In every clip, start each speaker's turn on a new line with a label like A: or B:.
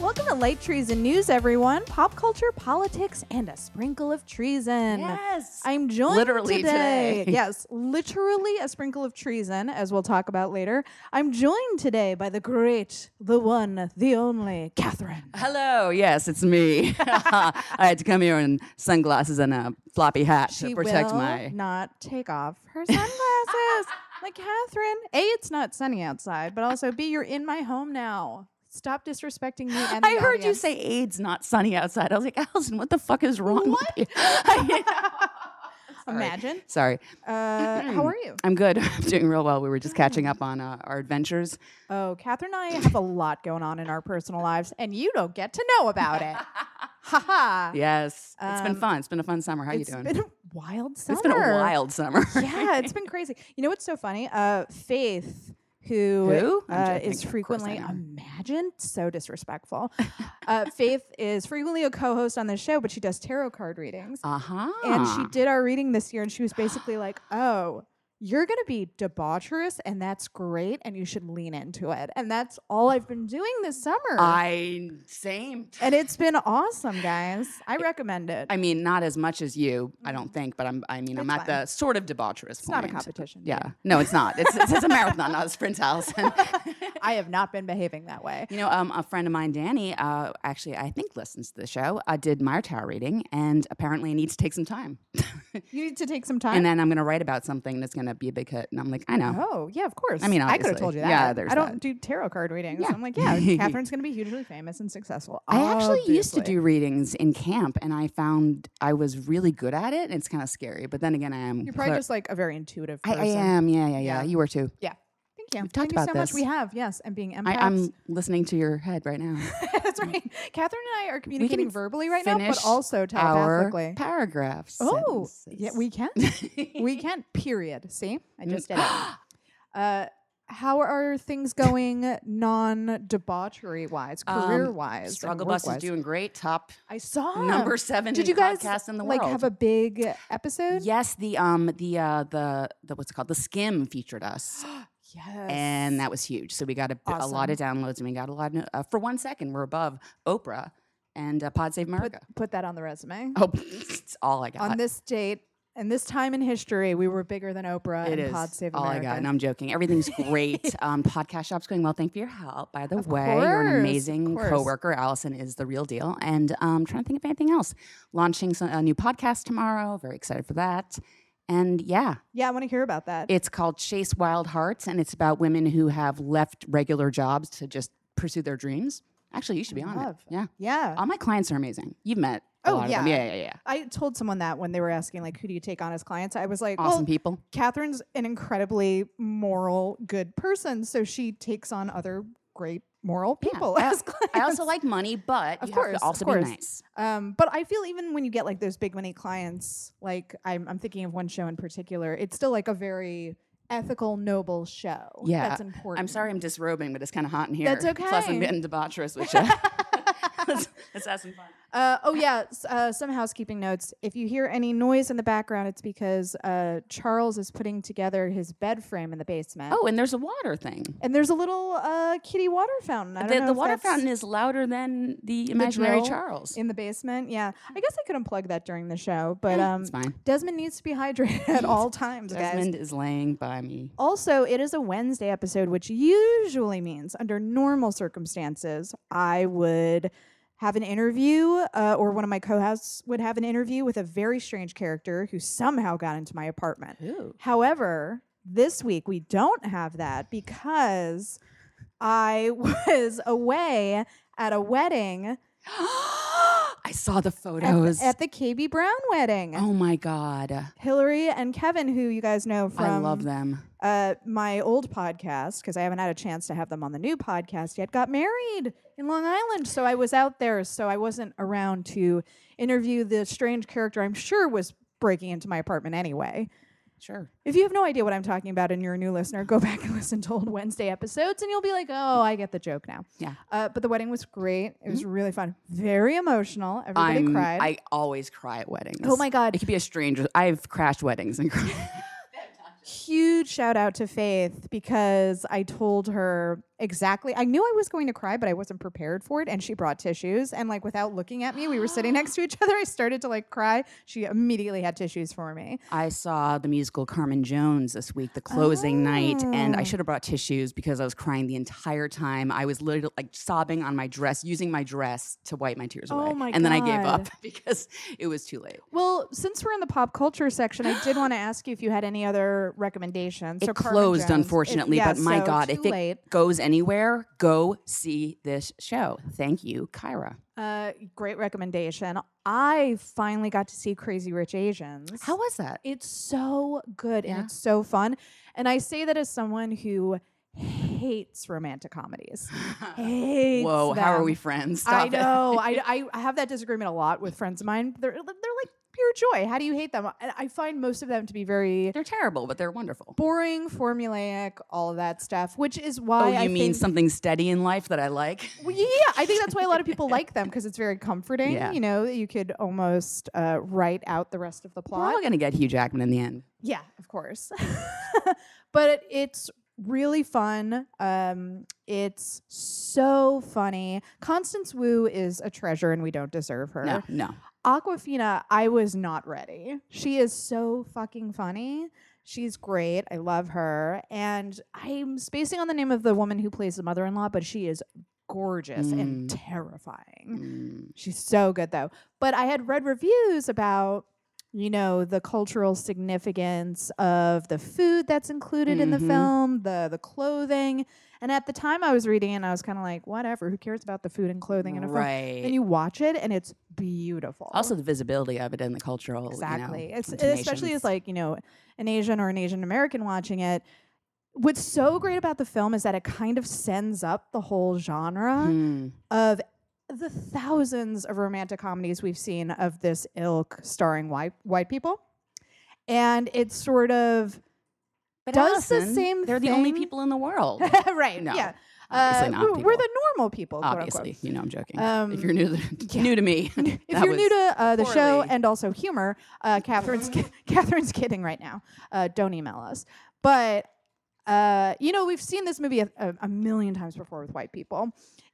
A: Welcome to Light Treason News, everyone. Pop culture, politics, and a sprinkle of treason.
B: Yes.
A: I'm joined
B: Literally
A: today.
B: today.
A: yes, literally a sprinkle of treason, as we'll talk about later. I'm joined today by the great, the one, the only Catherine.
B: Hello, yes, it's me. I had to come here in sunglasses and a floppy hat
A: She
B: to protect
A: will
B: my.
A: not take off her sunglasses. like Catherine, a it's not sunny outside, but also b you're in my home now. Stop disrespecting me. And
B: I
A: the
B: heard you
A: audience.
B: say AIDS not sunny outside. I was like, Allison, what the fuck is wrong with you? I-
A: Imagine.
B: Sorry,
A: Uh, how are you?
B: I'm good. I'm doing real well. We were just catching up on uh, our adventures.
A: Oh, Catherine and I have a lot going on in our personal lives, and you don't get to know about it. Ha ha.
B: Yes, it's been
A: Um,
B: fun. It's been a fun summer. How you
A: It's
B: doing?
A: been a wild summer.
B: it's been a wild summer.
A: Yeah, it's been crazy. You know what's so funny? Uh, Faith,
B: Who?
A: who
B: I'm
A: uh,
B: joking. Of
A: is
B: course I
A: frequently
B: know.
A: imagine so disrespectful. uh, Faith is frequently a co-host on this show, but she does tarot card readings,
B: Uh huh.
A: and she did our reading this year, and she was basically like, "Oh." You're going to be debaucherous, and that's great, and you should lean into it. And that's all I've been doing this summer.
B: I same.
A: and it's been awesome, guys. I recommend it.
B: I mean, not as much as you, I don't think, but I'm. I mean, I'm
A: Mm-hmm. It's
B: at the sort of debaucherous.
A: it's not a competition.
B: Yeah. No, it's not. It's, it's, it's a marathon, not a sprint, Allison.
A: I have not been behaving that way.
B: you know, um, a friend of mine, Danny, uh, actually, I think listens to the show. I did my tarot reading, and apparently, it needs to take some time.
A: You need to take some time.
B: and then I'm going to write about something that's going to be a big hit. And I'm like, I know.
A: oh, yeah, of course.
B: mean,
A: I could have
B: obviously.
A: told you that.
B: Yeah, there's
A: I don't
B: that.
A: do tarot card readings.
B: Yeah.
A: I'm like, yeah, Catherine's going to be hugely famous and successful.
B: I actually used to
A: Obviously.
B: do readings in camp, and I found I was really good at it. And it's kind of scary, but then again, I am.
A: You're probably
B: clar-
A: just like a very intuitive
B: I,
A: person.
B: I am. Yeah, yeah, yeah.
A: Yeah.
B: You were too.
A: Yeah. Thank you. Thank
B: We've talked
A: you so
B: about
A: much. We
B: this.
A: have, yes, and being empaths.
B: I, I'm listening to your head right now.
A: That's right. Catherine and I are communicating verbally right now, but
B: Mm. finish
A: also
B: Our
A: telepathically.
B: paragraphs.
A: Oh, yeah, we can. we can. Period. See, I
B: Mm.
A: just did it. Uh, how are things going non debauchery wise,
B: Um,
A: career wise?
B: Struggle Bus is doing great. Top
A: I saw
B: number
A: Ah,
B: seven.
A: Did
B: in
A: you guys
B: podcast in the
A: like
B: world?
A: have a big episode?
B: yes? The um the uh the the what's it called the Skim featured us,
A: Yes.
B: and that was huge. So we got a, a lot of downloads, and we got a lot of uh, for one second we're above Oprah and uh, Pod Save America.
A: put that on the resume.
B: Oh, it's all I got.
A: On this date and this time in history, we were bigger than Oprah
B: It
A: and
B: is
A: Pod Save
B: all
A: America.
B: I got, and I'm joking. Everything's great. um, podcast shop's going well. Thank you for your help, by the
A: Of
B: way. You're
A: course, of
B: an amazing
A: course.
B: coworker. Allison is the real deal. And um, trying to think of anything else. Launching some, a new podcast tomorrow. Very excited for that. And yeah,
A: yeah, I want to hear about that.
B: it's called Chase Wild Hearts, and it's about women who have left regular jobs to just pursue their dreams. Actually, you should be on
A: Love.
B: it. Yeah,
A: yeah.
B: all my clients are amazing. You've met. a
A: Oh,
B: lot of them.
A: yeah.
B: yeah, yeah, yeah.
A: I told someone that when they were asking, like, who do you take on as clients? I was like,
B: Awesome
A: well,
B: people.
A: Catherine's an incredibly moral, good person. So she takes on other great moral
B: Yeah.
A: people
B: I-
A: as clients.
B: I also like money, but
A: Of
B: you
A: course,
B: have
A: of
B: to also
A: course.
B: be nice.
A: Um, but I feel even when you get like those big money clients, like I'm, I'm thinking of one show in particular, it's still like a very ethical, noble show.
B: Yeah,
A: that's important.
B: I'm sorry I'm disrobing, but it's kind of hot in here.
A: That's
B: Plus,
A: okay.
B: I'm getting debaucherous with you. let's, let's have some fun.
A: Uh, oh yeah, s- uh, some housekeeping notes. If you hear any noise in the background, it's because uh, Charles is putting together his bed frame in the basement.
B: Oh, and there's a water thing.
A: and there's a little uh, kitty water fountain. I don't
B: The,
A: know
B: the
A: if
B: water
A: that's
B: fountain is louder than the imaginary
A: drill
B: Charles.
A: in the basement. Yeah, I guess I could unplug that during the show, but um,
B: Eh, it's fine.
A: Desmond needs to be hydrated at all times, guys.
B: Desmond is laying by me.
A: Also, it is a Wednesday episode, which usually means, under normal circumstances, I would have an interview uh, or one of my co hosts would have an interview with a very strange character who somehow got into my apartment.
B: Ooh.
A: However, this week we don't have that because I was away at a wedding
B: I saw the
A: at,
B: photos.
A: at the KB Brown wedding.
B: oh my god,
A: Hillary and Kevin, who you guys know from
B: I love them.
A: uh, my old podcast because I haven't had a chance to have them on the new podcast yet. Got married in Long Island, so I was out there, so I wasn't around to interview the strange character. I'm sure was breaking into my apartment anyway.
B: Sure.
A: If you have no idea what I'm talking about and you're a new listener, go back and listen to old Wednesday episodes, and you'll be like, "Oh, I get the joke now."
B: Yeah. Mm-hmm.
A: Uh, but the wedding was great. It was really fun, very emotional. Everybody
B: I'm-
A: cried.
B: I always cry at weddings.
A: Oh my God.
B: It could be a stranger. I've crashed weddings and cried.
A: huge shout out to Faith because I told her exactly. I knew I was going to cry, but I wasn't prepared for it. And she brought tissues. And like without looking at me, we were sitting next to each other. I started to like cry. She immediately had tissues for me.
B: I saw the musical Carmen Jones this week, the closing night, and
A: Oh.
B: I should have brought tissues because I was crying the entire time. I was literally like sobbing on my dress, using my dress to wipe my tears
A: Oh
B: away.
A: my
B: and then I gave
A: God.
B: up because it was too late.
A: Well, since we're in the pop culture section, I did want to ask you if you had any other recommendations.
B: It
A: So Carmen
B: closed,
A: Jones- it-
B: unfortunately,
A: yeah,
B: but my
A: so
B: God,
A: too
B: if it
A: late.
B: goes anywhere, go see this show. Thank you, Kyra.
A: Uh, great recommendation. I finally got to see Crazy Rich Asians.
B: How was that?
A: It's so good
B: Yeah.
A: and it's so fun. And I say that as someone who hates romantic comedies. Hates
B: Whoa, how are
A: them.
B: we friends?
A: I
B: Stop it.
A: know. I, I I have that disagreement a lot with friends of mine. They're they're like pure joy. How do you hate them? And I find most of them to be very
B: They're terrible, but they're wonderful.
A: boring, formulaic, all of that stuff, which is
B: Oh,
A: why I
B: you mean
A: think,
B: something steady in life that I like?
A: Well, yeah, I think that's why a lot of people like them because it's very comforting.
B: Yeah.
A: You know, you could almost uh, write out the rest of the
B: We're
A: plot.
B: all going to get Hugh Jackman in the end.
A: Yeah, of course. but it, it's really fun. Um, it's so funny. Constance Wu is a treasure, and we don't deserve her.
B: No, no.
A: Aquafina, I was not ready. She is so fucking funny. She's great. I love her. And I'm spacing on the name of the woman who plays the mother in law, but she is gorgeous and terrifying.
B: Mm.
A: She's so good, though. But I had read reviews about, you know, the cultural significance of the food that's included in the
B: Mhm.
A: film, the, the clothing. And at the time I was reading it, and I was kind of like, whatever, who cares about the food and clothing in a film?
B: right.
A: And you watch it, and it's beautiful
B: also the visibility of it and the cultural
A: exactly
B: You know,
A: it's eh, especially as
B: intonations.
A: like you know an asian or an asian american watching it what's so great about the film is that it kind of sends up the whole genre
B: Hmm.
A: of the thousands of romantic comedies we've seen of this ilk starring white white people and it sort of
B: But
A: does the
B: Allison,
A: same
B: They're the only
A: thing-
B: people in the world.
A: right
B: No,
A: yeah Uh,
B: obviously not
A: we're, we're
B: people.
A: the normal people quote unquote.
B: obviously, you know I'm joking.
A: Um,
B: if you're new to, new to me,
A: if
B: that
A: you're new
B: was-
A: to uh, the show
B: poorly.
A: and also humor, uh, Catherine's Catherine's kidding right now. Uh, don't email us. But uh, you know, we've seen this movie a, a, a million times before with white people,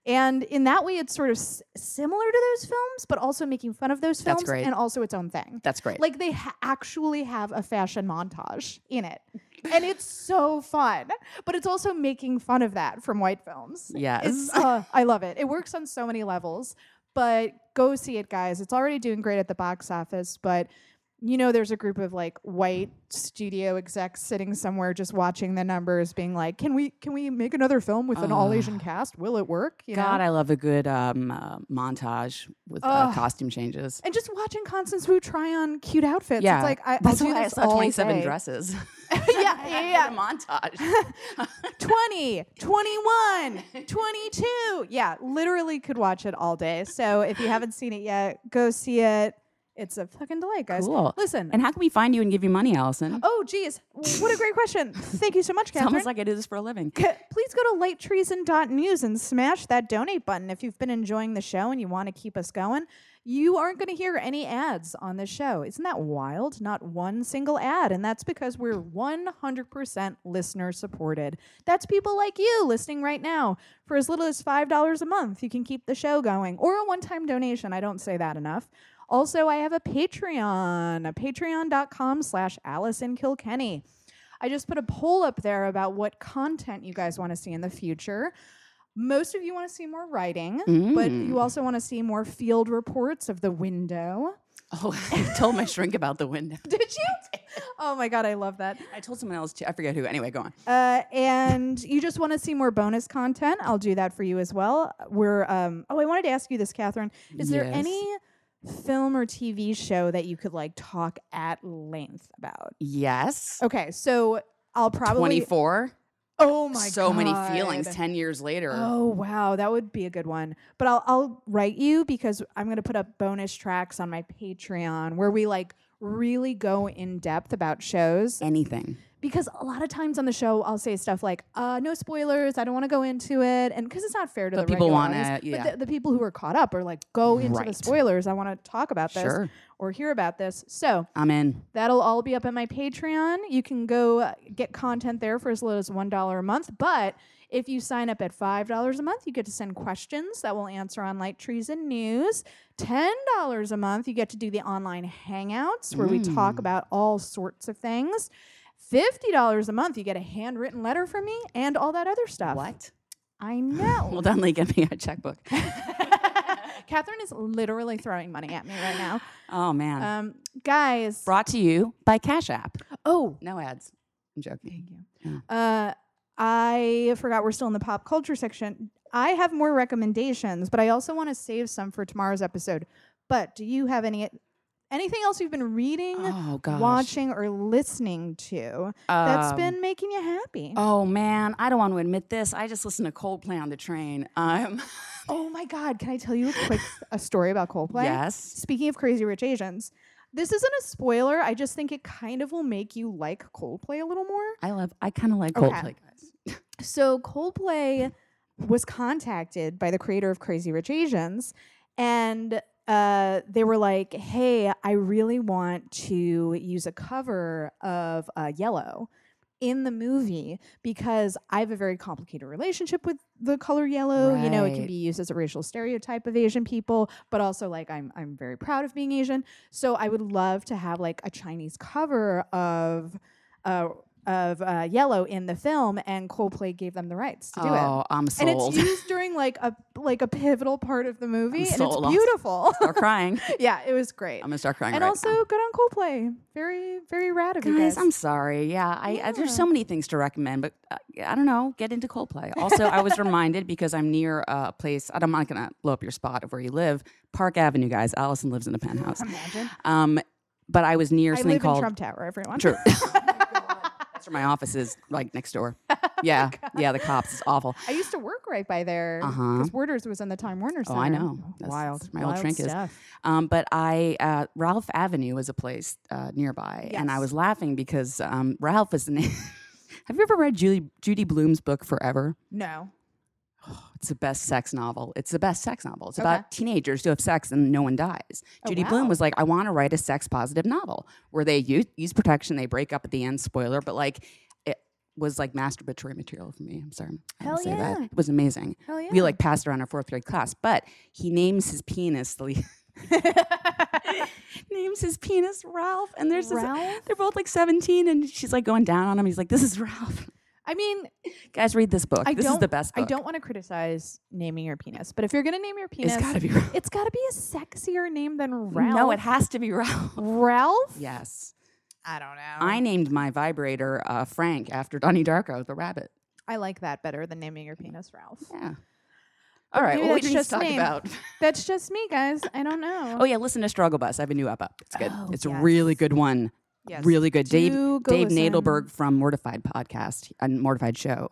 A: and in that way, it's sort of s- similar to those films, but also making fun of those
B: That's
A: films
B: great.
A: and also its own thing.
B: that's great.
A: Like they ha- actually have a fashion montage in it, and it's so fun. But it's also making fun of that from white films.
B: yes.
A: It's, uh, I love it. It works on so many levels, but go see it, guys. It's already doing great at the box office, but you know, there's a group of like white studio execs sitting somewhere just watching the numbers, being like, "Can we can we make another film with an all Asian cast? Will it work?" You know?
B: God, I love a good um, uh, montage with uh,
A: Ugh.
B: costume changes.
A: And just watching Constance Wu try on cute outfits.
B: yeah,
A: it's like I,
B: that's
A: I'll do
B: why I
A: this
B: saw
A: all
B: 27
A: day.
B: dresses.
A: yeah, yeah, yeah.
B: I did a montage.
A: 20, 21, 22. Yeah, literally could watch it all day. So if you haven't seen it yet, go see it. It's a fucking delight, guys.
B: Cool.
A: Listen.
B: and how can we find you and give you money, Allison?
A: oh, geez. What a great question. Thank you so much,
B: it's
A: Catherine.
B: almost like I do this for a living.
A: Please go to lighttreason.news and smash that donate button if you've been enjoying the show and you want to keep us going. You aren't going to hear any ads on this show. Isn't that wild? Not one single ad. And that's because we're 100% listener supported. That's people like you listening right now. For as little as $5 a month, you can keep the show going or a one time donation. I don't say that enough. Also, I have a Patreon, patreon.com slash Allison Kilkenny. I just put a poll up there about what content you guys want to see in the future. Most of you want to see more writing, but
B: Mm.
A: you also want to see more field reports of the window.
B: Oh, I told my shrink about the window.
A: Did you? Oh my God, I love that.
B: I told someone else too. I forget who. Anyway, go on.
A: Uh, and you just want to see more bonus content, I'll do that for you as well. We're, um, oh, I wanted to ask you this, Catherine. Is there
B: Yes.
A: any film or TV show that you could like talk at length about?
B: Yes.
A: Okay, so I'll probably.
B: 24.
A: Oh my
B: so
A: God.
B: many feelings 10 years later.
A: Oh wow, that would be a good one. But I'll I'll write you because I'm gonna put up bonus tracks on my Patreon where we like really go in depth about shows
B: Anything.
A: because a lot of times on the show I'll say stuff like, uh, "No spoilers, I don't want to go into it," and because it's not fair to
B: But
A: the
B: people
A: want
B: wanna- yeah.
A: But the, the people who are caught up are like, "Go into the
B: Right.
A: spoilers. I want to talk about this
B: Sure.
A: or hear about this." So
B: I'm in.
A: that'll all be up at my Patreon. You can go uh, get content there for as little as one dollar a month. But if you sign up at five dollars a month, you get to send questions that we'll answer on Light Treason News. Ten dollars a month, you get to do the online hangouts where we
B: Mm.
A: talk about all sorts of things. Fifty dollars a month, you get a handwritten letter from me and all that other stuff.
B: What?
A: I know.
B: Well, Donnelly, get me a checkbook.
A: Catherine is literally throwing money at me right now.
B: Oh man.
A: Um, guys.
B: Brought to you by Cash App.
A: Oh,
B: No ads. I'm joking.
A: Uh, I forgot we're still in the pop culture section. I have more recommendations, but I also want to save some for tomorrow's episode. But do you have any anything else you've been reading,
B: Oh gosh.
A: watching, or listening to that's
B: Um,
A: been making you happy?
B: Oh man, I don't want to admit this. I just listened to Coldplay on the train. Um,
A: oh my God! Can I tell you a quick a story about Coldplay?
B: yes.
A: Speaking of Crazy Rich Asians, this isn't a spoiler. I just think it kind of will make you like Coldplay a little more.
B: I love. I kind of like
A: Okay.
B: Coldplay, guys.
A: So Coldplay was contacted by the creator of Crazy Rich Asians, and uh, they were like, "Hey, I really want to use a cover of uh, Yellow." In the movie, because I have a very complicated relationship with the color yellow. You know, it can
B: Right.
A: be used as a racial stereotype of Asian people, but also like I'm I'm very proud of being Asian. So I would love to have like a Chinese cover of uh, of uh, Yellow in the film, and Coldplay gave them the rights to do it.
B: oh, I'm
A: And it's
B: sold.
A: used during like a like a pivotal part of the movie, and it's
B: sold.
A: beautiful.
B: Start crying.
A: yeah, it was great.
B: I'm gonna start crying.
A: and
B: right
A: also,
B: now.
A: good on Coldplay. Very very rad of you
B: guys,
A: guys.
B: I'm sorry. Yeah, I, I there's so many things to recommend, but uh, I don't know. Get into Coldplay. Also, I was reminded because I'm near a place. I'm not gonna blow up your spot of where you live. Park Avenue, guys. Allison lives in a penthouse.
A: Imagine.
B: Um, but I was near
A: I
B: something
A: live in
B: called
A: Trump Tower. Everyone. Oh
B: True. That's where my office is, like next door. Yeah, yeah. The cops is awful.
A: I used to work right by there because
B: Uh-huh.
A: Werder's was in the Time Warner
B: Oh,
A: Center.
B: I know. That's-
A: wild.
B: that's where my old
A: wild
B: shrink is.
A: stuff.
B: Um, but I uh, Ralph Avenue is a place uh, nearby, and I
A: Yes.
B: was laughing because um, Ralph is the name. Have you ever read Judy Judy Bloom's book Forever?
A: No.
B: It's the best sex novel. It's the best sex novel. It's
A: Okay.
B: about teenagers who have sex and no one dies.
A: Oh,
B: Judy Bloom
A: wow.
B: was like, I want to write a sex positive novel where they use, use protection, they break up at the end. Spoiler, but like it was like masturbatory material for me. I'm sorry. I will
A: Hell
B: say that.
A: yeah.
B: It was amazing.
A: Hell yeah.
B: We like passed around our fourth grade class, but he names his penis the names his penis Ralph, and there's this-
A: Ralph?
B: they're both like 17, and she's like going down on him. He's like, "This is Ralph,
A: I mean,
B: guys, read this book.
A: I
B: this
A: don't.
B: is the best book.
A: I don't want to criticize naming your penis, but if you're gonna name your penis,
B: It's got to be Ralph.
A: it's got to be a sexier name than Ralph.
B: No, it has to be Ralph.
A: Ralph.
B: Yes,
A: I don't know.
B: I named my vibrator uh, Frank after Donnie Darko, the rabbit.
A: I like that better than naming your penis Ralph.
B: Yeah. All right,
A: maybe
B: what we
A: that's
B: did
A: just
B: talk
A: me.
B: about?
A: That's just me, guys. I don't know.
B: Oh yeah, listen to Struggle Bus. I have a new up up. It's good.
A: Oh,
B: it's a really
A: yes.
B: good one.
A: Yes.
B: Really good. Dave
A: Do go
B: Dave
A: listen.
B: Nadelberg from Mortified podcast and Mortified show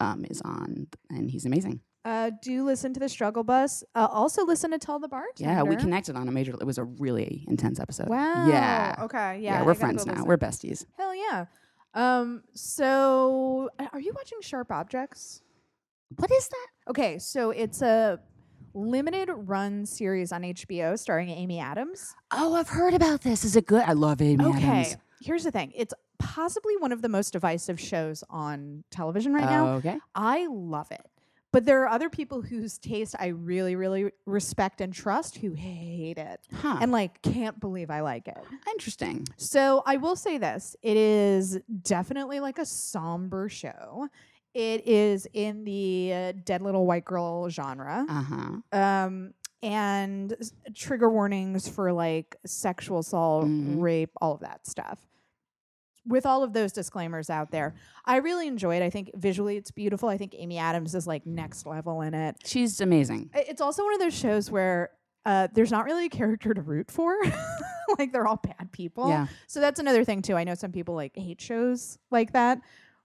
B: um, is on, and he's amazing.
A: Uh, do listen to the Struggle Bus. Uh, also listen to Tell the Bartender.
B: Yeah, we connected on a major. It was a really intense episode.
A: Wow.
B: Yeah.
A: Okay. Yeah.
B: Yeah,
A: I
B: we're
A: gotta go
B: friends now.
A: listen.
B: We're besties.
A: Hell yeah. Um, so a- are you watching Sharp Objects?
B: What is that?
A: Okay, so it's a limited run series on HBO starring Amy Adams.
B: Oh, I've heard about this. Is it good? I love Amy Adams.
A: Here's the thing. It's possibly one of the most divisive shows on television right now.
B: okay.
A: I love it. But there are other people whose taste I really, really respect and trust who hate it
B: Huh.
A: and like can't believe I like it.
B: Interesting.
A: So I will say this it is definitely like a somber show. It is in the uh, dead little white girl genre.
B: Uh huh.
A: Um, and s- trigger warnings for like sexual assault,
B: Mhm.
A: rape, all of that stuff. With all of those disclaimers out there, I really enjoy it. I think visually it's beautiful. I think Amy Adams is like next level in it.
B: She's amazing.
A: I- It's also one of those shows where uh, there's not really a character to root for. like they're all bad people.
B: yeah.
A: So that's another thing too. I know some people like hate shows like that.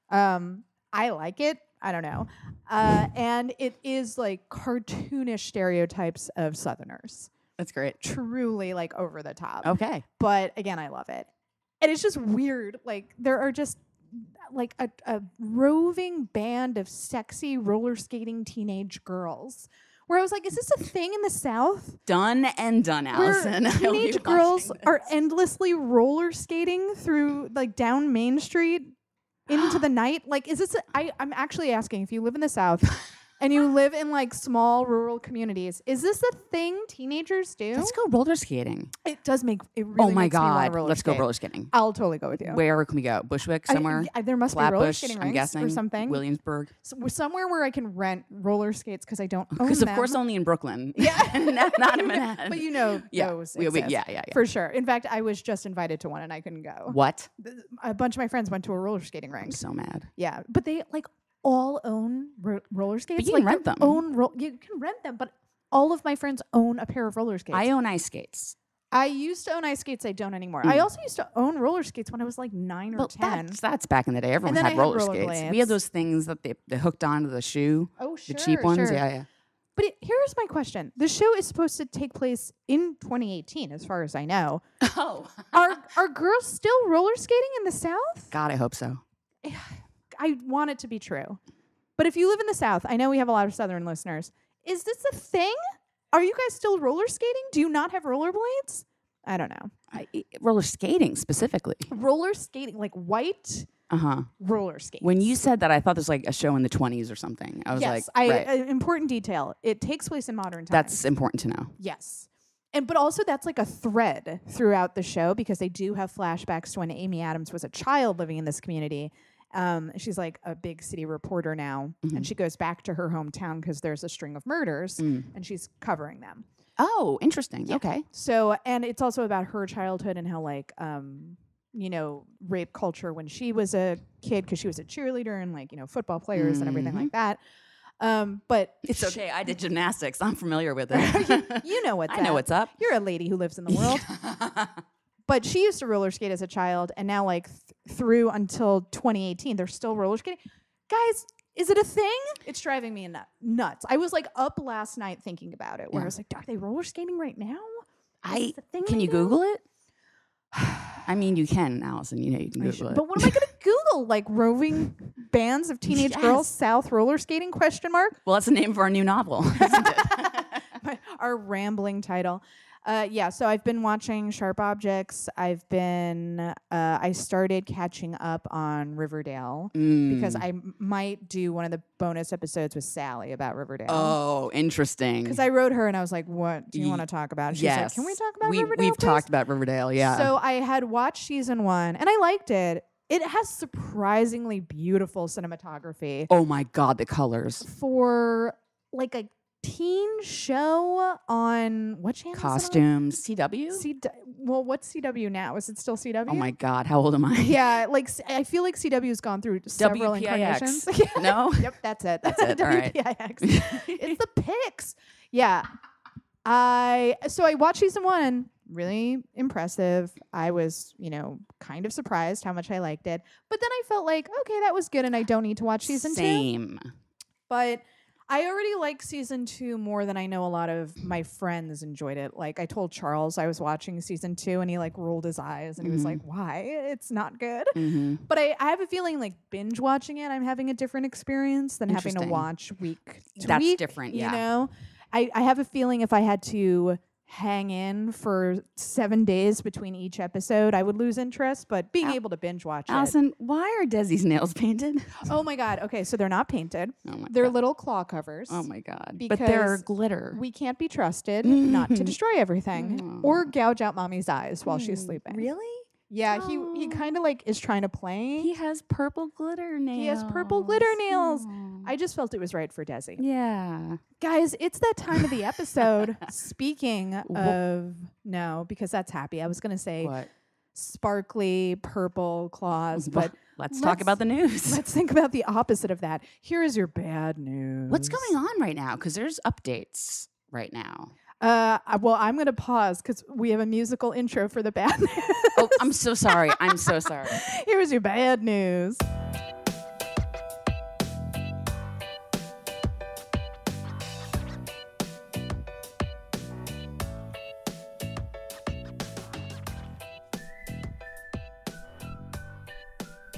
A: Um, I like it. I don't know. Uh, and it is like cartoonish stereotypes of Southerners,
B: That's great.
A: truly like over the top.
B: Okay.
A: But again, I love it. And it's just weird. Like there are just like a, a roving band of sexy roller skating teenage girls. Where I was like, is this a thing in the South?
B: Done and done, Allison. I
A: Where
B: will be
A: teenage
B: watching
A: girls
B: this.
A: are endlessly roller skating through like down Main Street into the night. Like, is this? A, I I'm actually asking if you live in the South and you live in like small rural communities, is this a thing teenagers do?
B: Let's go roller skating.
A: It does make it really.
B: oh my
A: makes me wanna
B: god,
A: roller
B: let's
A: skate.
B: go roller skating.
A: I'll totally go with you.
B: Where can we go? Bushwick
A: I-
B: somewhere.
A: I- there must be roller
B: Flatbush.
A: skating
B: I'm
A: rinks
B: guessing
A: or something.
B: Williamsburg.
A: S- somewhere where I can rent roller skates because I don't own
B: Because Oh, of
A: them.
B: course, only in Brooklyn.
A: Yeah.
B: not, not in Manhattan.
A: Oh, but you know
B: yeah,
A: those
B: we- we-
A: exist,
B: yeah, yeah, yeah.
A: for sure. In fact, I was just invited to one and I couldn't go.
B: what?
A: Th- A bunch of my friends went to a roller skating
B: I'm
A: rink.
B: so mad.
A: Yeah, but they like all own ro- roller skates.
B: you
A: like
B: can rent
A: their
B: them.
A: Own ro- you can rent them, but all of my friends own a pair of roller skates.
B: I own ice skates.
A: I used to own ice skates. I don't anymore. I
B: Mm.
A: also used to own roller skates when I was like nine or
B: But
A: ten.
B: that's, that's back in the day. Everyone
A: then I
B: had
A: had
B: roller
A: roller
B: skates. We had
A: blades.
B: those things that they, they hooked onto the shoe,
A: oh, sure.
B: the cheap ones.
A: sure.
B: Yeah, yeah.
A: But it, here's my question: The show is supposed to take place in 2018, as far as I know.
B: Oh.
A: Are are girls still roller skating in the South?
B: God, I hope so.
A: I want it to be true. But if you live in the South, I know we have a lot of Southern listeners. Is this a thing? Are you guys still roller skating? Do you not have rollerblades? I don't know.
B: I, I- roller skating specifically.
A: Roller skating, like white
B: Uh huh.
A: roller skates.
B: When you said that, I thought there's like a show in the 20s or something. I was
A: yes,
B: like,
A: I
B: right,
A: uh, important detail. It takes place in modern times.
B: that's important to know.
A: Yes. And but also that's like a thread throughout the show because they do have flashbacks to when Amy Adams was a child living in this community. Um, she's like a big city reporter now, and
B: Mhm.
A: she goes back to her hometown because there's a string of murders,
B: Mm.
A: and she's covering them.
B: Oh, interesting. Okay.
A: So, and it's also about her childhood and how like, um, you know, rape culture when she was a kid because she was a cheerleader and like you know football players and everything
B: Mhm.
A: like that. Um, but
B: It's okay. I did gymnastics. I'm familiar with it.
A: you know what's
B: I know
A: up.
B: what's up.
A: You're a lady who lives in the world. but she used to roller skate as a child and now like th- through until 2018 they're still roller skating guys is it a thing it's driving me nut- nuts i was like up last night thinking about it where
B: Yeah.
A: i was like are they roller skating right now
B: I
A: the thing
B: can
A: right
B: you
A: now?
B: Google it? I mean, you can, Allison. You know you can
A: I
B: Google
A: should-
B: it.
A: but what am i going to google like roving bands of teenage girls
B: Yes.
A: south roller skating question mark
B: well, that's the name for our new novel. isn't it?
A: My- our rambling title uh, yeah so i've been watching sharp objects i've been uh, i started catching up on riverdale because
B: Mm.
A: I m- might do one of the bonus episodes with Sally about Riverdale.
B: oh, interesting.
A: Because I wrote her and I was like, "What do you
B: Ye-
A: want to talk about?" And She's
B: yes.
A: like, "Can we talk about
B: we,
A: Riverdale?"
B: We've
A: please?"
B: talked about Riverdale. Yeah.
A: So I had watched season one and I liked it. It has surprisingly beautiful cinematography
B: oh my God, the colors,
A: for like a teen show on what channel? is it on?
B: costumes, CW.
A: C- well, what's CW now? Is it still CW?
B: oh my God, how old am I?
A: Yeah, like s- I feel like CW's gone through several incarnations.
B: WPIX. No.
A: Yep, that's it. That's
B: it, all right.
A: WPIX. it's the pics. Yeah. I so I watched season one. Really impressive. I was, you know, kind of surprised how much I liked it. But then I felt like, okay, that was good, and I don't need to watch season two.
B: Same.
A: But I already like season two more than I know a lot of my friends enjoyed it. Like I told Charles I was watching season two, and he like rolled his eyes, and he was
B: Mhm.
A: like, "Why? It's not good."
B: Mhm.
A: But I, I have a feeling like binge watching it, I'm having a different experience than having to
B: Interesting.
A: watch week to
B: That's
A: week,
B: different,
A: You
B: yeah.
A: know, I, I have a feeling if I had to hang in for seven days between each episode, I would lose interest. But being
B: Al-
A: able to binge watch
B: Allison, why are Desi's nails painted?
A: it, oh my god! Okay, so they're not painted;
B: Oh my
A: they're
B: God.
A: little claw covers.
B: Oh my God.
A: because
B: But they're glitter.
A: we can't be trusted not to
B: Mhm.
A: destroy everything or gouge out mommy's eyes while she's
B: Mm.
A: sleeping.
B: Really?
A: Yeah, he he
B: Oh.
A: kind of like is trying to play.
B: He has purple glitter nails.
A: has purple glitter nails. Hmm.
B: Oh.
A: I just felt it was right for Desi.
B: yeah.
A: Guys, it's that time of the episode. Speaking
B: Wha-
A: of no, because that's happy. I was gonna say sparkly purple claws, but
B: let's talk about the news.
A: let's think about the opposite of that. Here is your bad news.
B: What's going on right now? Because there's updates right now.
A: Uh, I- well, I'm gonna pause because we have a musical intro for the bad news.
B: Oh, I'm so sorry. I'm so sorry.
A: Here is your bad news.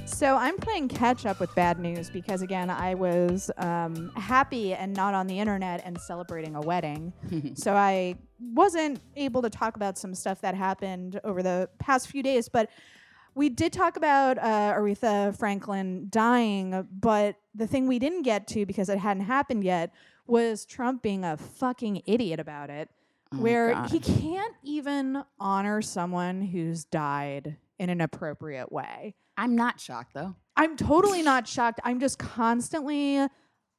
A: So I'm playing catch up with bad news because again I was um, happy and not on the internet and celebrating a wedding,
B: Oh
A: so I wasn't able to talk about some stuff that happened over the past few days. But we did talk about uh, Aretha Franklin dying, but the thing we didn't get to because it hadn't happened yet was Trump being a fucking idiot about it,
B: Oh my
A: where
B: God.
A: he can't even honor someone who's died in an appropriate way.
B: I'm not shocked though.
A: I'm totally not shocked. I'm just constantly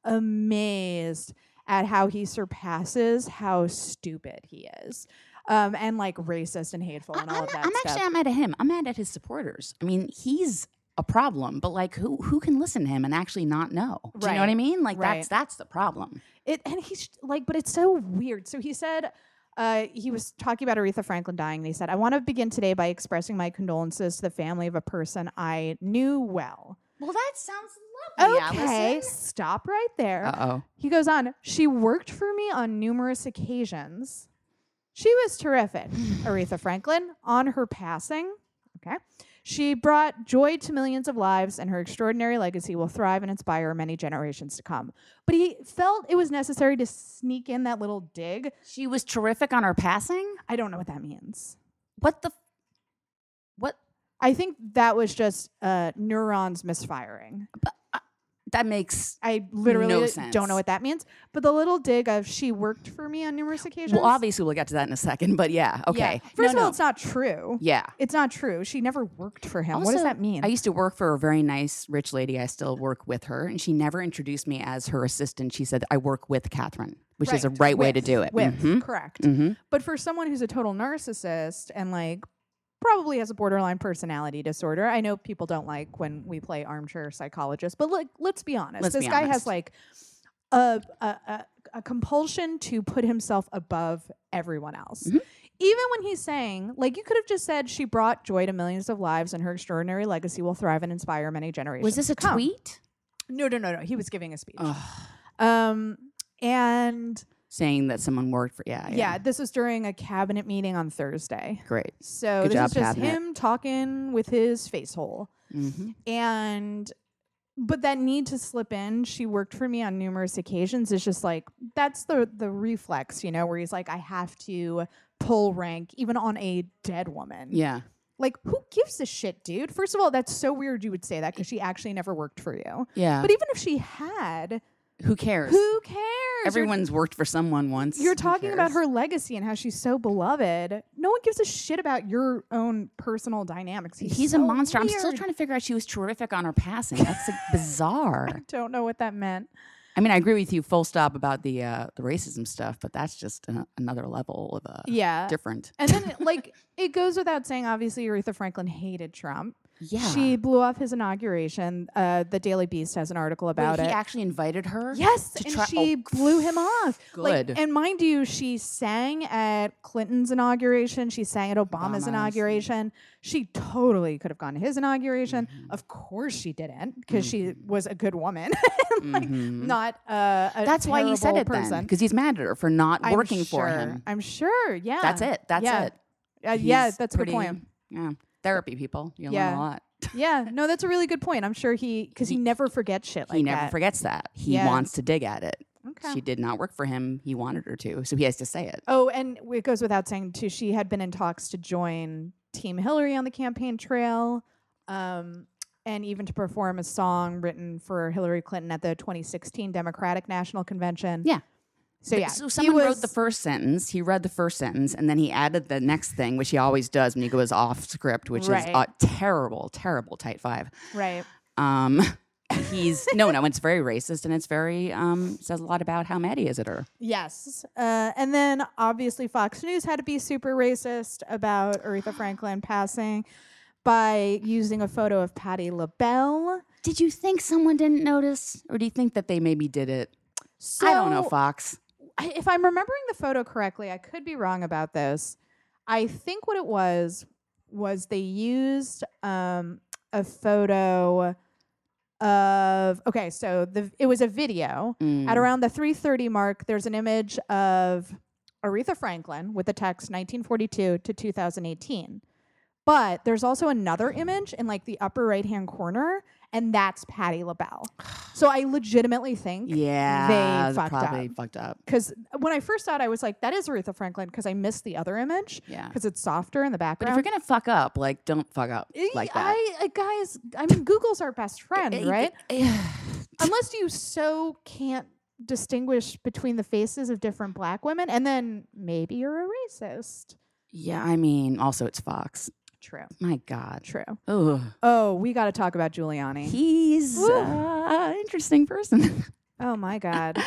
A: amazed at how he surpasses how stupid he is. Um, and like racist and hateful and
B: I-
A: all
B: I'm,
A: of
B: not-
A: that
B: I'm
A: stuff.
B: actually not mad at him. I'm mad at his supporters. I mean, he's a problem, but like who who can listen to him and actually not know? Do you know what I
A: Right.
B: mean? Like that's
A: Right.
B: that's the problem.
A: it and he's like but it's so weird so he said uh, he was talking about Aretha Franklin dying. And he said, I want to begin today by expressing my condolences to the family of a person I knew well.
B: Well, that sounds Oh,
A: Okay, stop right there.
B: Uh oh.
A: He goes on, she worked for me on numerous occasions. She was terrific. Aretha Franklin, on her passing, okay, she brought joy to millions of lives, and her extraordinary legacy will thrive and inspire many generations to come. But he felt it was necessary to sneak in that little dig.
B: She was terrific on her passing.
A: I don't know what that means.
B: What the? f- What
A: I think that was just uh, neurons misfiring.
B: that makes
A: I literally
B: No
A: don't
B: sense.
A: know what that means. But the little dig of she worked for me on numerous occasions.
B: Well, obviously, we'll get to that in a second. But yeah,
A: Yeah.
B: okay.
A: First
B: No,
A: of all,
B: no.
A: it's not true.
B: yeah.
A: It's not true. She never worked for him. what does
B: Also,
A: that mean?
B: I used to work for a very nice rich lady. I still work with her, and she never introduced me as her assistant. She said, "I work with Catherine," which is the right way to
A: With-
B: do it.
A: With
B: Mhm.
A: correct.
B: Mhm.
A: But for someone who's a total narcissist and like probably has a borderline personality disorder, I know people don't like when we play armchair psychologist. But look, let's be honest.
B: Let's
A: this
B: be
A: guy
B: honest.
A: has like a a, a a compulsion to put himself above everyone else.
B: Mm-hmm.
A: Even when he's saying, like, you could have just said, she brought joy to millions of lives and her extraordinary legacy will thrive and inspire many generations.
B: Was this
A: to
B: a
A: come."
B: tweet?
A: No, no, no, no. He was giving a speech.
B: Ugh,
A: Um, and
B: saying that someone worked for yeah,
A: yeah. this was during a cabinet meeting on Thursday.
B: great.
A: So
B: Good
A: this
B: job,
A: is just
B: cabinet.
A: him talking with his face hole.
B: hmm
A: And but that need to slip in, she worked for me on numerous occasions, is just like that's the the reflex, you know, where he's like, I have to pull rank even on a dead woman.
B: Yeah,
A: Like, who gives a shit, dude? First of all, that's so weird you would say that because she actually never worked for you.
B: yeah.
A: But even if she had,
B: who cares?
A: who cares? You're
B: Everyone's worked for someone once.
A: You're
B: Who
A: talking about her
B: cares?
A: legacy and how she's so beloved. No one gives a shit about your own personal dynamics. He's,
B: He's a
A: so
B: monster. I'm still
A: weird.
B: trying to figure out. She was terrific on her passing. That's like, bizarre.
A: Don't know what that meant.
B: I mean, I agree with you full stop about the uh, the racism stuff, but that's just an, another level of uh,
A: Yeah.
B: different.
A: And then, like, it goes without saying, obviously, Aretha Franklin hated Trump.
B: Yeah,
A: She blew off his inauguration. Uh, the Daily Beast has an article about
B: Wait,
A: it.
B: He actually invited her.
A: Yes,
B: to
A: and
B: try-
A: she
B: oh,
A: blew him off. Like,
B: Good.
A: and mind you, she sang at Clinton's inauguration. She sang at Obama's,
B: Obama's.
A: inauguration. She totally could have gone to his inauguration.
B: Mm-hmm.
A: Of course, she didn't because she was a good woman, like
B: Mhm.
A: not uh, a
B: That's why he said
A: terrible
B: it then,
A: person.
B: because he's mad at her for not
A: I'm
B: working
A: sure-
B: for him.
A: I'm sure. Yeah,
B: That's it. That's
A: yeah.
B: it.
A: Uh, yeah,
B: He's
A: that's a good
B: pretty-
A: point.
B: Yeah, therapy people. You learn
A: Yeah.
B: a lot.
A: Yeah, no, that's a really good point. I'm sure he because he,
B: He-
A: never forgets shit like
B: he never
A: that.
B: forgets that. He
A: Yeah.
B: wants to dig at it.
A: Okay.
B: She did not work for him. He wanted her to, so he has to say it.
A: Oh, and w- it goes without saying too. She had been in talks to join Team Hillary on the campaign trail, um, and even to perform a song written for Hillary Clinton at the 2016 Democratic National Convention.
B: Yeah.
A: So yeah,
B: So
A: he
B: someone wrote
A: was-
B: the first sentence. He read the first sentence, and then he added the next thing, which he always does when he goes off script, which is
A: Right.
B: a terrible, terrible tight five.
A: right.
B: Um, he's no, no. It's very racist, and it's very um, says a lot about how mad he is at her.
A: Yes, uh, and then obviously Fox News had to be super racist about Aretha Franklin passing by using a photo of Patti LaBelle.
B: Did you think someone didn't notice, or do you think that they maybe did it? I don't know,
A: So-
B: Fox.
A: I- if I'm remembering the photo correctly, I could be wrong about this. I think what it was was they used um, a photo of okay, so the it was a video
B: Mm.
A: at around the 3:30 mark. There's an image of Aretha Franklin with the text 1942 to 2018. But there's also another image in like the upper right hand corner, and that's Patty LaBelle. So I legitimately think
B: Yeah,
A: they fucked
B: probably
A: up.
B: fucked up.
A: Because when I first saw it, I was like, that is Aretha Franklin because I missed the other image
B: Yeah.
A: because it's softer in the
B: But
A: background.
B: if you're gonna fuck up, like don't fuck up
A: I-
B: like
A: Eh,
B: that. Eh, e,
A: I, I- guys, I mean, Google's our best friend, right? Unless you so can't distinguish between the faces of different black women, and then maybe you're a racist.
B: yeah, I mean, also it's Fox.
A: True.
B: My God.
A: True.
B: Oh,
A: Oh, we got to talk about Giuliani.
B: he's
A: Woo.
B: uh, interesting person.
A: oh my God.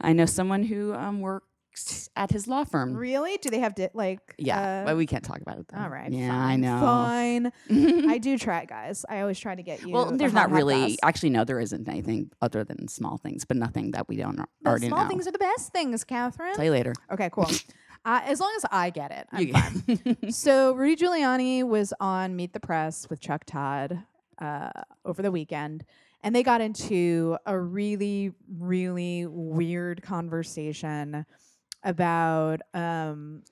B: I know someone who um, works at his law firm.
A: really? Do they have di- like?
B: yeah,
A: uh,
B: but we can't talk about it. Though.
A: all right.
B: Yeah,
A: fine,
B: I
A: Fine.
B: know.
A: I do try, guys. I always try to get you.
B: well,
A: the
B: there's
A: hot,
B: not
A: hot
B: really.
A: goss.
B: Actually, no, there isn't anything other than small things, but nothing that we don't
A: The
B: already
A: small
B: know.
A: things are the best things, Catherine.
B: Tell you later.
A: Okay, cool. uh, as long as I get it, I'm
B: You-
A: fine. So Rudy Giuliani was on Meet the Press with Chuck Todd uh, over the weekend, and they got into a really, really weird conversation about um,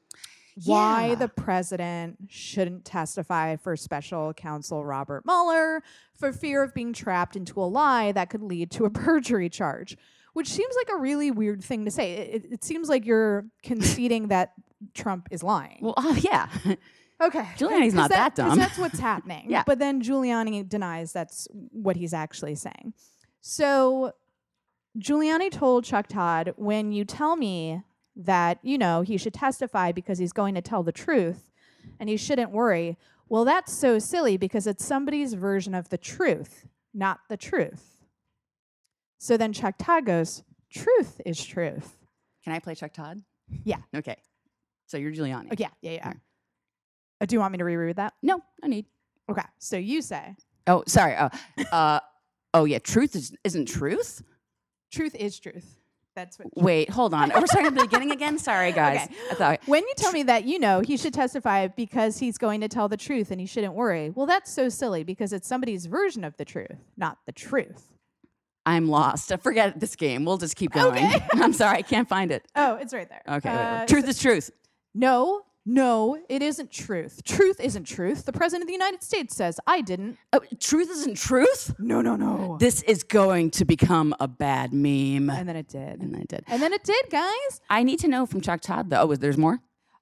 A: why
B: Yeah.
A: the president shouldn't testify for special counsel Robert Mueller for fear of being trapped into a lie that could lead to a perjury charge, which seems like a really weird thing to say. It, it- it seems like you're conceding that Trump is lying.
B: well, oh, yeah.
A: Okay. 'Cause
B: Giuliani's not that
A: 'cause
B: dumb.
A: That's what's happening.
B: Yeah.
A: But then Giuliani denies that's what he's actually saying. So Giuliani told Chuck Todd, when you tell me that, you know, he should testify because he's going to tell the truth and he shouldn't worry, well, that's so silly because it's somebody's version of the truth, not the truth. So then Chuck Todd goes, truth is truth.
B: Can I play Chuck Todd?
A: Yeah.
B: Okay. So you're Giuliani.
A: Okay, Oh, yeah, yeah, yeah.
B: Mm.
A: Uh, Do you want me to reread that?
B: No, no need.
A: Okay. So you say,
B: Oh, sorry. Uh, uh, oh, yeah. Truth is, isn't truth.
A: Truth is truth. That's what.
B: Wait, hold on. Oh, we're starting at the beginning again. Sorry, guys. I thought.
A: When you tell me that, you know, he should testify because he's going to tell the truth and he shouldn't worry. Well, that's so silly because it's somebody's version of the truth, not the truth.
B: I'm lost. I forget this game. We'll just keep going.
A: Okay.
B: I'm sorry. I can't find it.
A: Oh, it's right there.
B: Okay. whatever.
A: Uh,
B: truth is truth.
A: No, no, it isn't truth. Truth isn't truth. The president of the United States says, I didn't.
B: Oh, truth isn't truth.
A: No, no, no.
B: This is going to become a bad meme.
A: And then it did.
B: And I did.
A: And then it did, guys.
B: I need to know from Chuck Todd though. Oh, was there's more?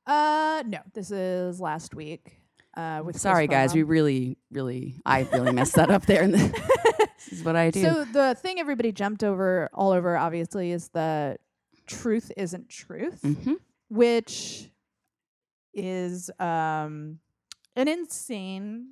A: Uh, no, this is last week. Uh, with Chris
B: Sorry, guys.
A: Cuomo.
B: We really, really, I really messed that up there. And this is what I do.
A: So the thing everybody jumped over all over obviously is the truth isn't truth,
B: Mhm.
A: which is um an insane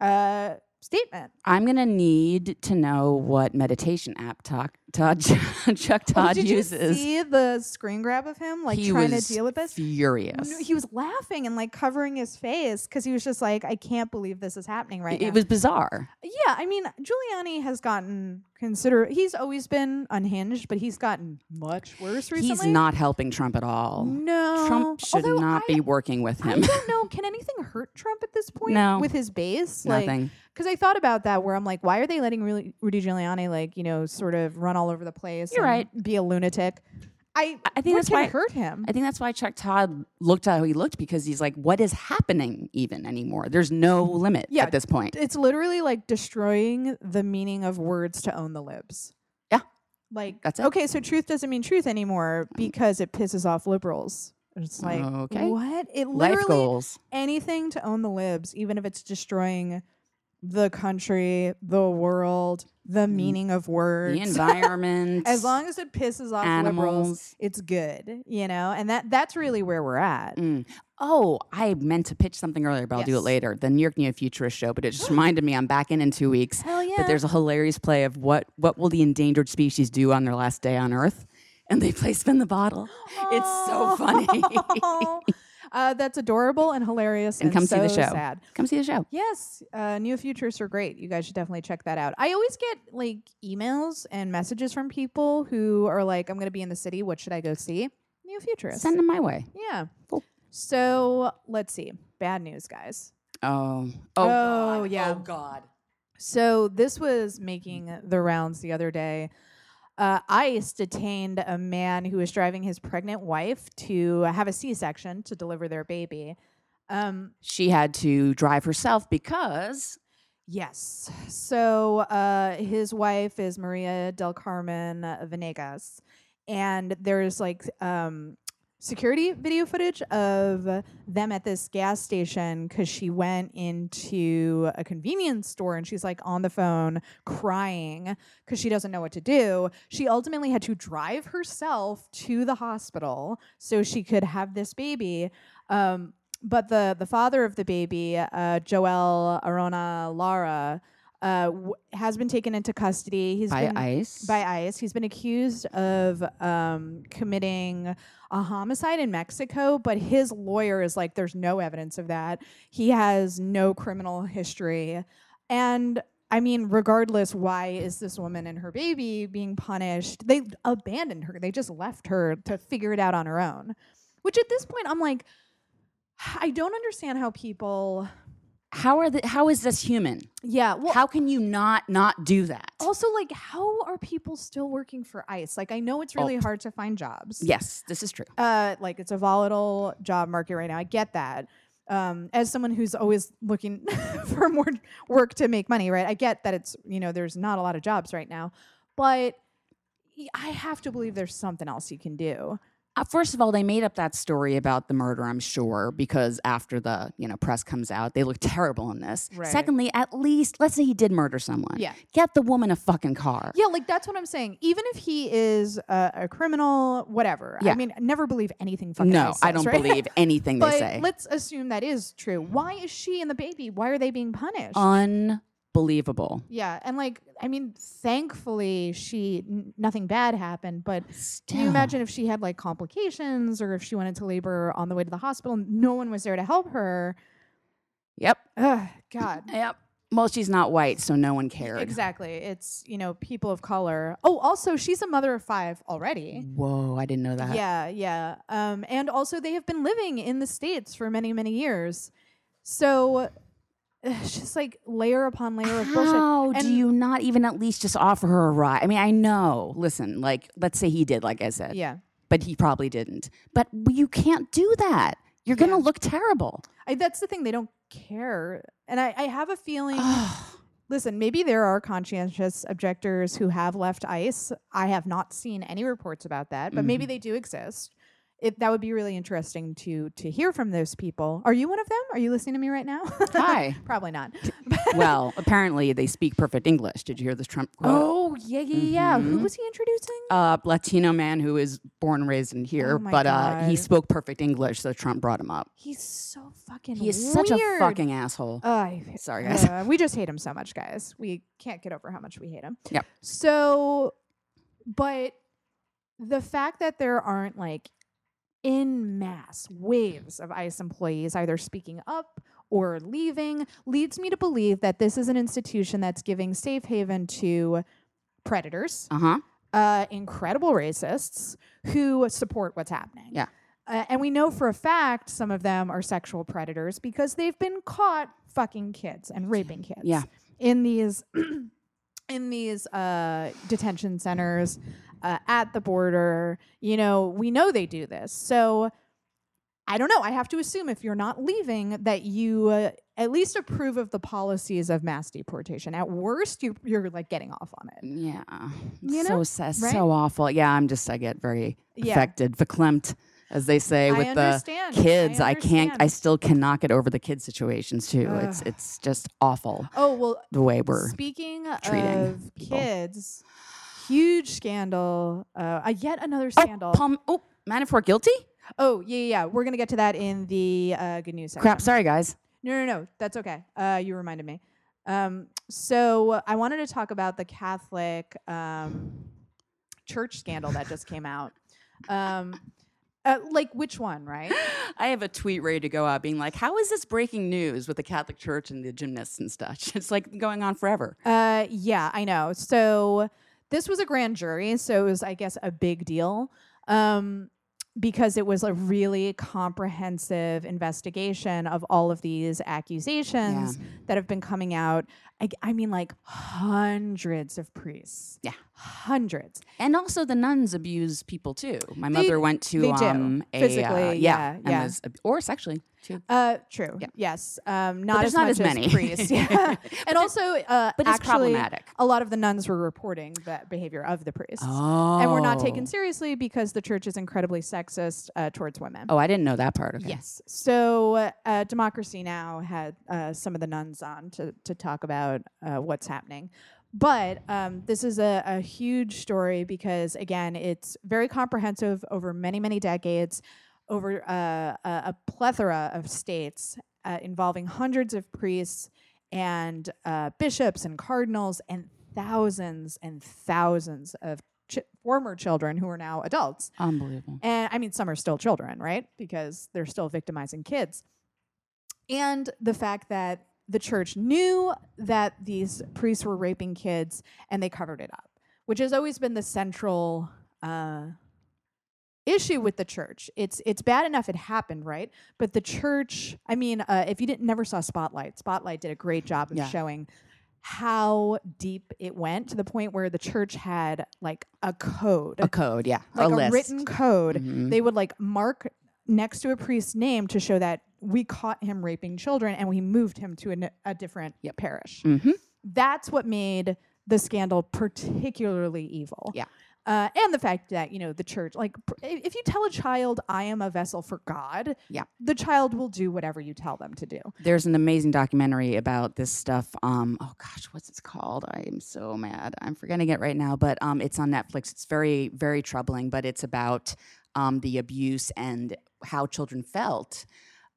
A: uh statement.
B: I'm gonna need to know what meditation app talk, Todd Chuck Todd
A: Oh, did you
B: uses.
A: see the screen grab of him like
B: he
A: trying to
B: was
A: deal with this? No,
B: Furious.
A: he was laughing and like covering his face because he was just like, I can't believe this is happening right
B: it
A: now.
B: was bizarre.
A: yeah, I mean, Giuliani has gotten consider. He's always been unhinged, but he's gotten much worse recently.
B: He's not helping Trump at all.
A: No.
B: Trump should
A: Although
B: not
A: I,
B: be working with
A: I
B: him.
A: don't know. Can anything hurt Trump at this point?
B: No.
A: With his base? Like,
B: Nothing.
A: because I thought about that where I'm like, why are they letting Ru- Rudy Giuliani, like, you know, sort of run all over the place?
B: You're
A: and
B: right.
A: Be a lunatic. I,
B: I
A: what
B: think that's
A: can
B: why-
A: hurt him.
B: I think that's why Chuck Todd looked how he looked because he's like, what is happening even anymore? There's no limit
A: Yeah.
B: at this point.
A: it's literally like destroying the meaning of words to own the libs.
B: Yeah.
A: Like,
B: That's it.
A: okay, so truth doesn't mean truth anymore because it pisses off liberals. It's like,
B: Okay.
A: what? It
B: Life
A: literally
B: goals.
A: anything to own the libs, even if it's destroying the country, the world, the meaning of words.
B: Mm. The environment.
A: as long as it pisses off liberals,
B: animals.
A: it's good, you know? And that that's really where we're at.
B: Mm. Oh, I meant to pitch something earlier, but I'll do it
A: Yes.
B: later. The New York Neo Futurist show, but it just reminded me I'm back in in two weeks.
A: Hell yeah.
B: But there's a hilarious play of what what will the endangered species do on their last day on Earth, and they play spin the bottle. It's so funny.
A: uh, that's adorable and hilarious.
B: And come see the
A: so
B: show.
A: Sad.
B: Come see the show.
A: Yes, uh, Neo Futurists are great. You guys should definitely check that out. I always get like emails and messages from people who are like, "I'm going to be in the city. What should I go see?" Neo Futurists.
B: Send them my way.
A: Yeah.
B: Cool.
A: So let's see. Bad news, guys.
B: Oh, oh,
A: Oh, yeah.
B: Oh God.
A: So this was making the rounds the other day. Uh, ICE detained a man who was driving his pregnant wife to have a C section to deliver their baby. Um,
B: She had to drive herself because
A: yes. So uh, his wife is Maria del Carmen Venegas, and there's like um, security video footage of them at this gas station because she went into a convenience store and she's like on the phone crying because she doesn't know what to do. She ultimately had to drive herself to the hospital so she could have this baby. Um, but the the father of the baby, uh, Joel Arona Lara, uh, w- has been taken into custody. He's
B: by
A: been
B: ICE.
A: by ICE. He's been accused of um, committing a homicide in Mexico, but his lawyer is like, there's no evidence of that. He has no criminal history. And I mean, regardless, why is this woman and her baby being punished? They abandoned her, they just left her to figure it out on her own. Which at this point, I'm like, I don't understand how people.
B: how are the, how is this human?
A: Yeah. Well,
B: how can you not not do that?
A: also, like, how are people still working for ICE? Like, I know it's really
B: Oh.
A: hard to find jobs.
B: yes, this is true.
A: uh, like it's a volatile job market right now. I get that. Um, as someone who's always looking for more work to make money, right? I get that it's you know there's not a lot of jobs right now, but y- I have to believe there's something else you can do.
B: Uh, first of all, they made up that story about the murder, I'm sure, because after the you know press comes out, they look terrible in this.
A: Right.
B: Secondly, at least let's say he did murder someone.
A: Yeah.
B: Get the woman a fucking car.
A: Yeah, like that's what I'm saying. Even if he is a, a criminal, whatever. I
B: Yeah.
A: mean, never believe anything fucking.
B: No,
A: ICE
B: I
A: says,
B: don't
A: right?
B: believe anything they
A: but
B: say.
A: let's assume that is true. Why is she and the baby? Why are they being punished?
B: Unbelievable.
A: Yeah, and like I mean, thankfully she n- nothing bad happened, but can you
B: Still.
A: imagine if she had like complications or if she went into labor on the way to the hospital and no one was there to help her?
B: Yep.
A: Ugh, God.
B: Yep. Well, she's not white, so no one cared.
A: Exactly. It's, you know, people of color. Oh, also she's a mother of 5 already.
B: Whoa, I didn't know that.
A: Yeah, yeah. Um, and also, they have been living in the states for many, many years. So it's just like layer upon layer of bullshit.
B: How
A: And-
B: do you not even at least just offer her a ride? I mean, I know. Listen, like, let's say he did, like I said,
A: Yeah,
B: but he probably didn't. But you can't do that. You're
A: Yeah.
B: gonna look terrible.
A: I, that's the thing. They don't care, and I, I have a feeling.
B: Ah.
A: Listen, maybe there are conscientious objectors who have left ICE. I have not seen any reports about that, but
B: Mm-hmm.
A: maybe they do exist. It, that would be really interesting to to hear from those people. Are you one of them? Are you listening to me right now?
B: Hi.
A: Probably not.
B: well, apparently they speak perfect English. Did you hear this Trump quote?
A: oh yeah, yeah, yeah. Who
B: Mhm.
A: was he introducing?
B: Uh, Latino man who is born and raised in here,
A: Oh my
B: but uh, he
A: God.
B: spoke perfect English, so Trump brought him up.
A: He's so fucking.
B: He is such a
A: weird.
B: fucking asshole.
A: Uh, I-
B: Sorry, guys.
A: uh, we just hate him so much, guys. We can't get over how much we hate him.
B: Yep.
A: So, but the fact that there aren't like in mass waves of ICE employees either speaking up or leaving leads me to believe that this is an institution that's giving safe haven to predators,
B: Uh huh.
A: uh, incredible racists who support what's happening.
B: Yeah.
A: Uh, and we know for a fact some of them are sexual predators because they've been caught fucking kids and raping kids
B: Yeah.
A: in these in these uh, detention centers uh, at the border. You know, we know they do this. So I don't know. I have to assume if you're not leaving that you uh, at least approve of the policies of mass deportation. At worst, you, you're like getting off on it.
B: Yeah.
A: You know,
B: so sad.
A: right?
B: So awful. Yeah, I'm just, I get very
A: Yeah.
B: affected, verklempt, as they say,
A: I
B: with the
A: understand.
B: kids. I, can't, I
A: understand.
B: still cannot get over the kid situations, too. It's,
A: Ugh.
B: it's just awful
A: oh well.
B: the way we're.
A: Speaking
B: treating
A: of
B: people.
A: kids, huge scandal. Uh, uh, yet another
B: Oh,
A: scandal. Oh,
B: Palm, oh, Manafort guilty?
A: yeah, yeah, yeah. We're gonna get to that in the uh, good news section.
B: Crap. Sorry, guys.
A: No, no, no. That's okay. Uh, you reminded me. Um, so I wanted to talk about the Catholic um, church scandal that just came out. Um, uh, like which one, right?
B: I have a tweet ready to go out being like, how is this breaking news with the Catholic Church and the gymnasts and stuff? It's like going on forever.
A: Uh, yeah, I know. So this was a grand jury, so it was, I guess, a big deal um, because it was a really comprehensive investigation of all of these accusations that have been coming out. I, I mean, like hundreds of priests.
B: Yeah.
A: hundreds.
B: And also, the nuns abuse people too. My
A: They-
B: mother went to
A: they do,
B: um, a, uh,
A: physically, yeah,
B: yeah, and
A: yeah.
B: was ab- or sexually too.
A: Uh, true.
B: Yeah.
A: Yes. Um, not
B: there's
A: as
B: not
A: much
B: as many.
A: priests. Yeah. and also, uh,
B: but it's
A: actually,
B: problematic.
A: A lot of the nuns were reporting that behavior of the priests,
B: Oh,
A: and were not taken seriously because the church is incredibly sexist uh, towards women.
B: Oh, I didn't know that part. Okay.
A: Yes. So, uh, Democracy Now! had uh, some of the nuns on to, to talk about uh, what's happening. But um, this is a, a huge story because, again, it's very comprehensive over many, many decades, over uh, a, a plethora of states uh, involving hundreds of priests and uh, bishops and cardinals and thousands and thousands of ch- former children who are now adults.
B: unbelievable.
A: And I mean, some are still children, right? Because they're still victimizing kids. And the fact that the church knew that these priests were raping kids and they covered it up, which has always been the central uh, issue with the church. It's it's bad enough it happened, right? But the church, I mean, uh, if you didn't never saw Spotlight, Spotlight did a great job of
B: Yeah.
A: showing how deep it went to the point where the church had like a code,
B: A code, yeah,
A: like
B: a
A: a,
B: list.
A: written code.
B: Mhm.
A: They would like mark next to a priest's name to show that we caught him raping children and we moved him to a, n- a different parish.
B: Mhm.
A: That's what made the scandal particularly evil.
B: Yeah.
A: Uh, and the fact that you know the church, like, pr- i- if you tell a child I am a vessel for God,
B: Yeah.
A: the child will do whatever you tell them to do.
B: There's an amazing documentary about this stuff. Um, oh gosh, what's it called? I am so mad. I'm forgetting it right now, but um, it's on Netflix. It's very, very troubling, but it's about um, the abuse and how children felt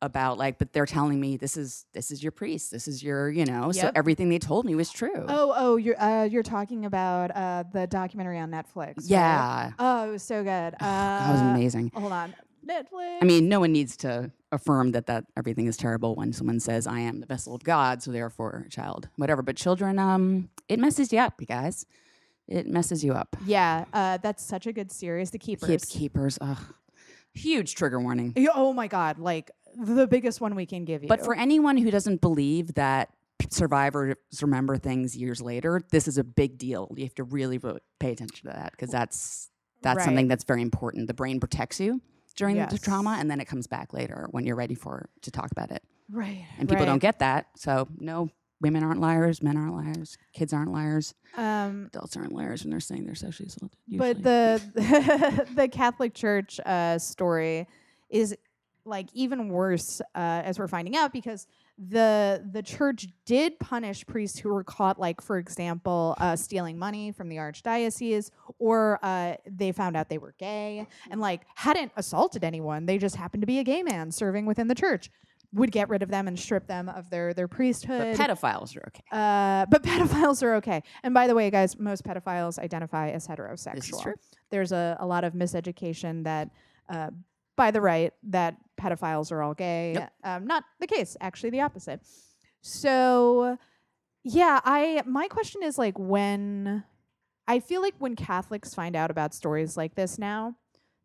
B: about like. But they're telling me this is this is your priest. This is your you know. So
A: Yep.
B: everything they told me was true.
A: Oh, oh, you're uh, you're talking about uh, the documentary on Netflix. right?
B: yeah,
A: Oh, it was so good. Uh,
B: that was amazing.
A: Hold on, Netflix.
B: I mean, no one needs to affirm that that everything is terrible when someone says, "I am the vessel of God," so therefore, a child, whatever. But children, um, it messes you up, you guys. It messes you up.
A: Yeah, uh, that's such a good series. The Keepers.
B: Keep keepers, ugh, huge trigger warning.
A: Yeah, Oh my God, like the biggest one we can give you.
B: But for anyone who doesn't believe that p- survivors remember things years later, this is a big deal. You have to really vo- pay attention to that because that's that's
A: Right.
B: something that's very important. The brain protects you during the
A: Yes.
B: trauma, and then it comes back later when you're ready for to talk about it.
A: right,
B: and people don't get that. So no, women aren't liars, men aren't liars, kids aren't liars,
A: Um,
B: adults aren't liars when they're saying they're sexually assaulted.
A: but the the Catholic Church uh, story is like even worse, uh, as we're finding out, because the the church did punish priests who were caught, like for example, uh, stealing money from the archdiocese, or uh, they found out they were gay and like hadn't assaulted anyone. They just happened to be a gay man serving within the church. Would get rid of them and strip them of their their priesthood.
B: pedophiles are okay.
A: Uh, but pedophiles are okay. And by the way, guys, most pedophiles identify as heterosexual.
B: This is true.
A: There's a, a lot of miseducation that uh, by the right that pedophiles are all gay.
B: Nope.
A: Um, not the case. Actually, the opposite. So, yeah, I my question is like when I feel like when Catholics find out about stories like this now,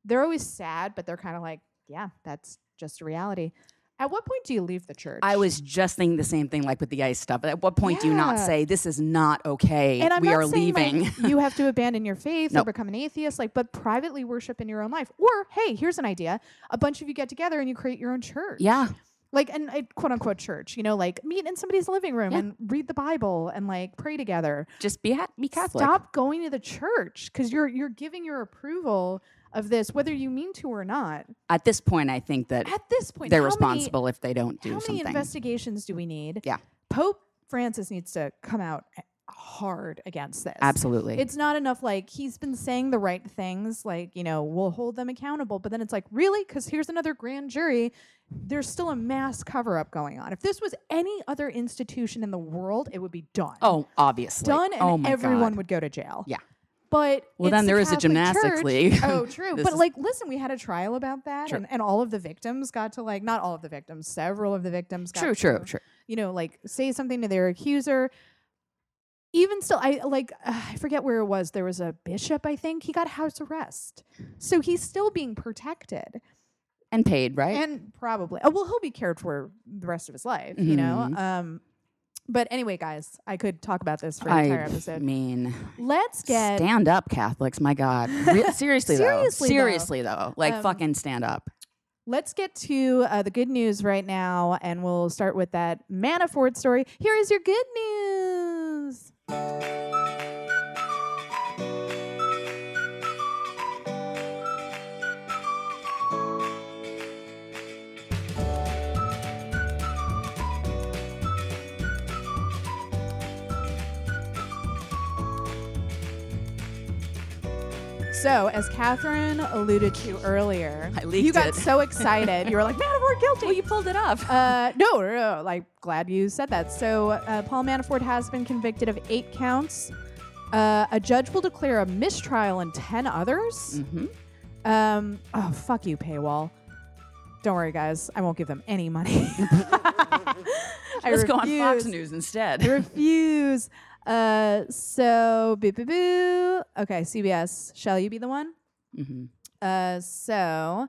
A: they're always sad, but they're kind of like, yeah, that's just a reality. At what point do you leave the church?
B: I was just thinking the same thing, like with the ice stuff. At what point do you not
A: Yeah.
B: say this is not okay?
A: and I'm
B: we
A: not
B: are
A: saying, like,
B: leaving.
A: you have to abandon your faith or
B: No.
A: become an atheist, like, but privately worship in your own life. Or hey, here's an idea: a bunch of you get together and you create your own church.
B: yeah,
A: like and a quote unquote church. You know, like meet in somebody's living room
B: Yeah.
A: and read the Bible and like pray together.
B: just be ha- be Catholic.
A: Stop going to the church because you're you're giving your approval of this, whether you mean to or not.
B: At this point, I think that
A: At this point,
B: they're
A: how many-
B: responsible if they don't do
A: how many
B: something.
A: investigations do we need?
B: Yeah.
A: Pope Francis needs to come out hard against this.
B: Absolutely.
A: It's not enough. Like he's been saying the right things. Like you know, we'll hold them accountable. But then it's like, really? Because here's another grand jury. There's still a mass cover up going on. If this was any other institution in the world, it would be done.
B: oh, obviously.
A: done, and
B: oh my
A: everyone
B: God.
A: would go to jail.
B: Yeah.
A: But
B: Well,
A: it's
B: then
A: the
B: there is a
A: Catholic
B: gymnastics
A: Church.
B: league.
A: oh, true.
B: This
A: but
B: is-
A: like, listen, we had a trial about that,
B: True.
A: and, and all of the victims got to like, not all of the victims, several of the victims. Got
B: True,
A: to,
B: true, true.
A: you know, like say something to their accuser. Even still, I like uh, I forget where it was. There was a bishop, I think. He got house arrest, so he's still being protected,
B: And paid, right? Mm-hmm.
A: and probably oh well, he'll be cared for the rest of his life, you know. Um, But anyway, guys, I could talk about this for an entire
B: I
A: episode.
B: mean,
A: Let's get
B: stand up, Catholics. My God, Re-
A: Seriously,
B: seriously, though,
A: though.
B: seriously though, like
A: Um,
B: fucking stand up.
A: let's get to uh, the good news right now, and we'll start with that Manafort story. Here is your good news. So, as Catherine alluded to earlier,
B: I leaked
A: you got
B: it.
A: so excited. You were like, Manafort guilty.
B: Well, you pulled it off.
A: Uh, no, no, no, like glad you said that. So uh, Paul Manafort has been convicted of eight counts. Uh, a judge will declare a mistrial in ten others.
B: Mhm.
A: Um, oh fuck you, paywall. Don't worry, guys. I won't give them any money. I
B: Let's go on Fox
A: refuse.
B: News
A: I
B: instead.
A: refuse. Uh, so boo boo boo. Okay, CBS. Shall you be the one?
B: Mhm.
A: Uh, so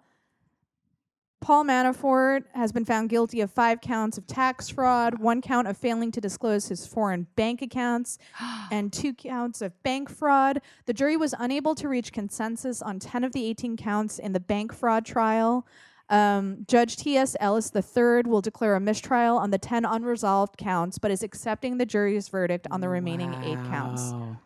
A: Paul Manafort has been found guilty of five counts of tax fraud, one count of failing to disclose his foreign bank accounts,
B: Mm-hmm.
A: and two counts of bank fraud. The jury was unable to reach consensus on 10 of the 18 counts in the bank fraud trial. Um, Judge T.S. Ellis III will declare a mistrial on the 10 unresolved counts, but is accepting the jury's verdict on the remaining eight counts.
B: Wow.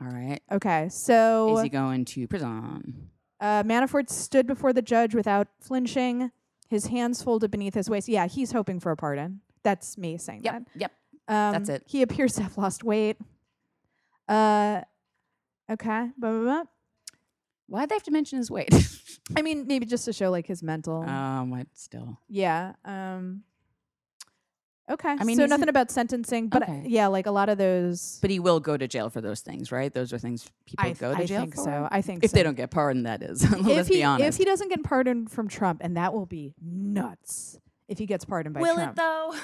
B: Oh, uh, All right.
A: Okay, so
B: Is he going to prison?
A: uh, Manafort stood before the judge without flinching, his hands folded beneath his waist. Yeah, he's hoping for a pardon. That's me saying
B: Yep. Yep.
A: that. Um,
B: that's it.
A: He appears to have lost weight. Uh, okay. Blah, blah, blah.
B: Why'd they have to mention his weight?
A: I mean, maybe just to show like his mental.
B: um, I still.
A: yeah. Um, okay.
B: I mean,
A: so
B: he's
A: nothing
B: in-
A: about sentencing, but uh,
B: Okay.
A: yeah, like a lot of those.
B: But he will go to jail for those things, right? Those are things people
A: I,
B: go to
A: I
B: jail
A: think
B: for.
A: so. I think
B: If
A: so.
B: they don't get pardoned, that is. Let's
A: if he,
B: be honest.
A: If he doesn't get pardoned from Trump, and that will be nuts if he gets pardoned by
B: will
A: Trump.
B: it though?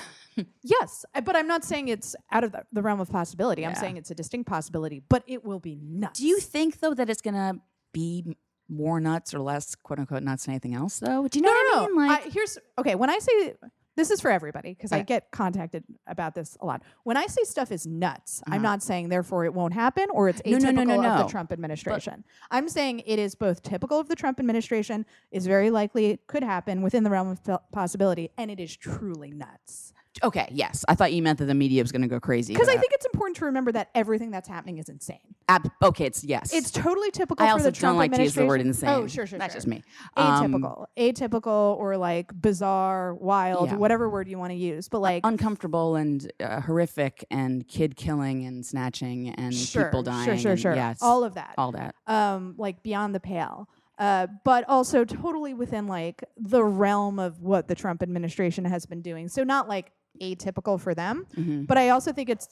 A: Yes, I- but I'm not saying it's out of the- the realm of possibility. I'm
B: Yeah.
A: saying it's a distinct possibility, but it will be nuts.
B: Do you think though that it's gonna be m- more nuts or less quote unquote nuts than anything else though? Do you know
A: no,
B: what
A: no, no.
B: I mean? Like
A: I, here's okay. When I say this is for everybody, because I
B: Okay.
A: get contacted about this a lot. When I say stuff is nuts, I'm
B: Uh-huh.
A: not saying therefore it won't happen or it's
B: No,
A: atypical
B: no, no, no,
A: of the
B: no.
A: Trump administration. I'm saying it is both typical of the Trump administration, is very likely it could happen within the realm of po- possibility, and it is truly nuts.
B: okay, yes. I thought you meant that the media was gonna go crazy.
A: Because I
B: with
A: think it's important to remember that everything that's happening is insane.
B: that. Ab- okay, it's yes.
A: It's totally typical
B: I
A: for
B: also
A: the
B: don't
A: Trump
B: like to use the word
A: administration.
B: insane.
A: Oh, sure, sure,
B: That's
A: sure.
B: just me. Um,
A: Atypical, atypical, or like bizarre, wild,
B: Yeah. Uh,
A: whatever word you want to use. But like,
B: uncomfortable and uh, horrific and kid killing and snatching and
A: sure,
B: people dying.
A: sure, sure,
B: and-
A: sure,
B: Yes, all,
A: all of that,
B: that.
A: um, like beyond the pale. Uh, but also totally within like the realm of what the Trump administration has been doing. So not like atypical for them,
B: Mhm.
A: but I also think it's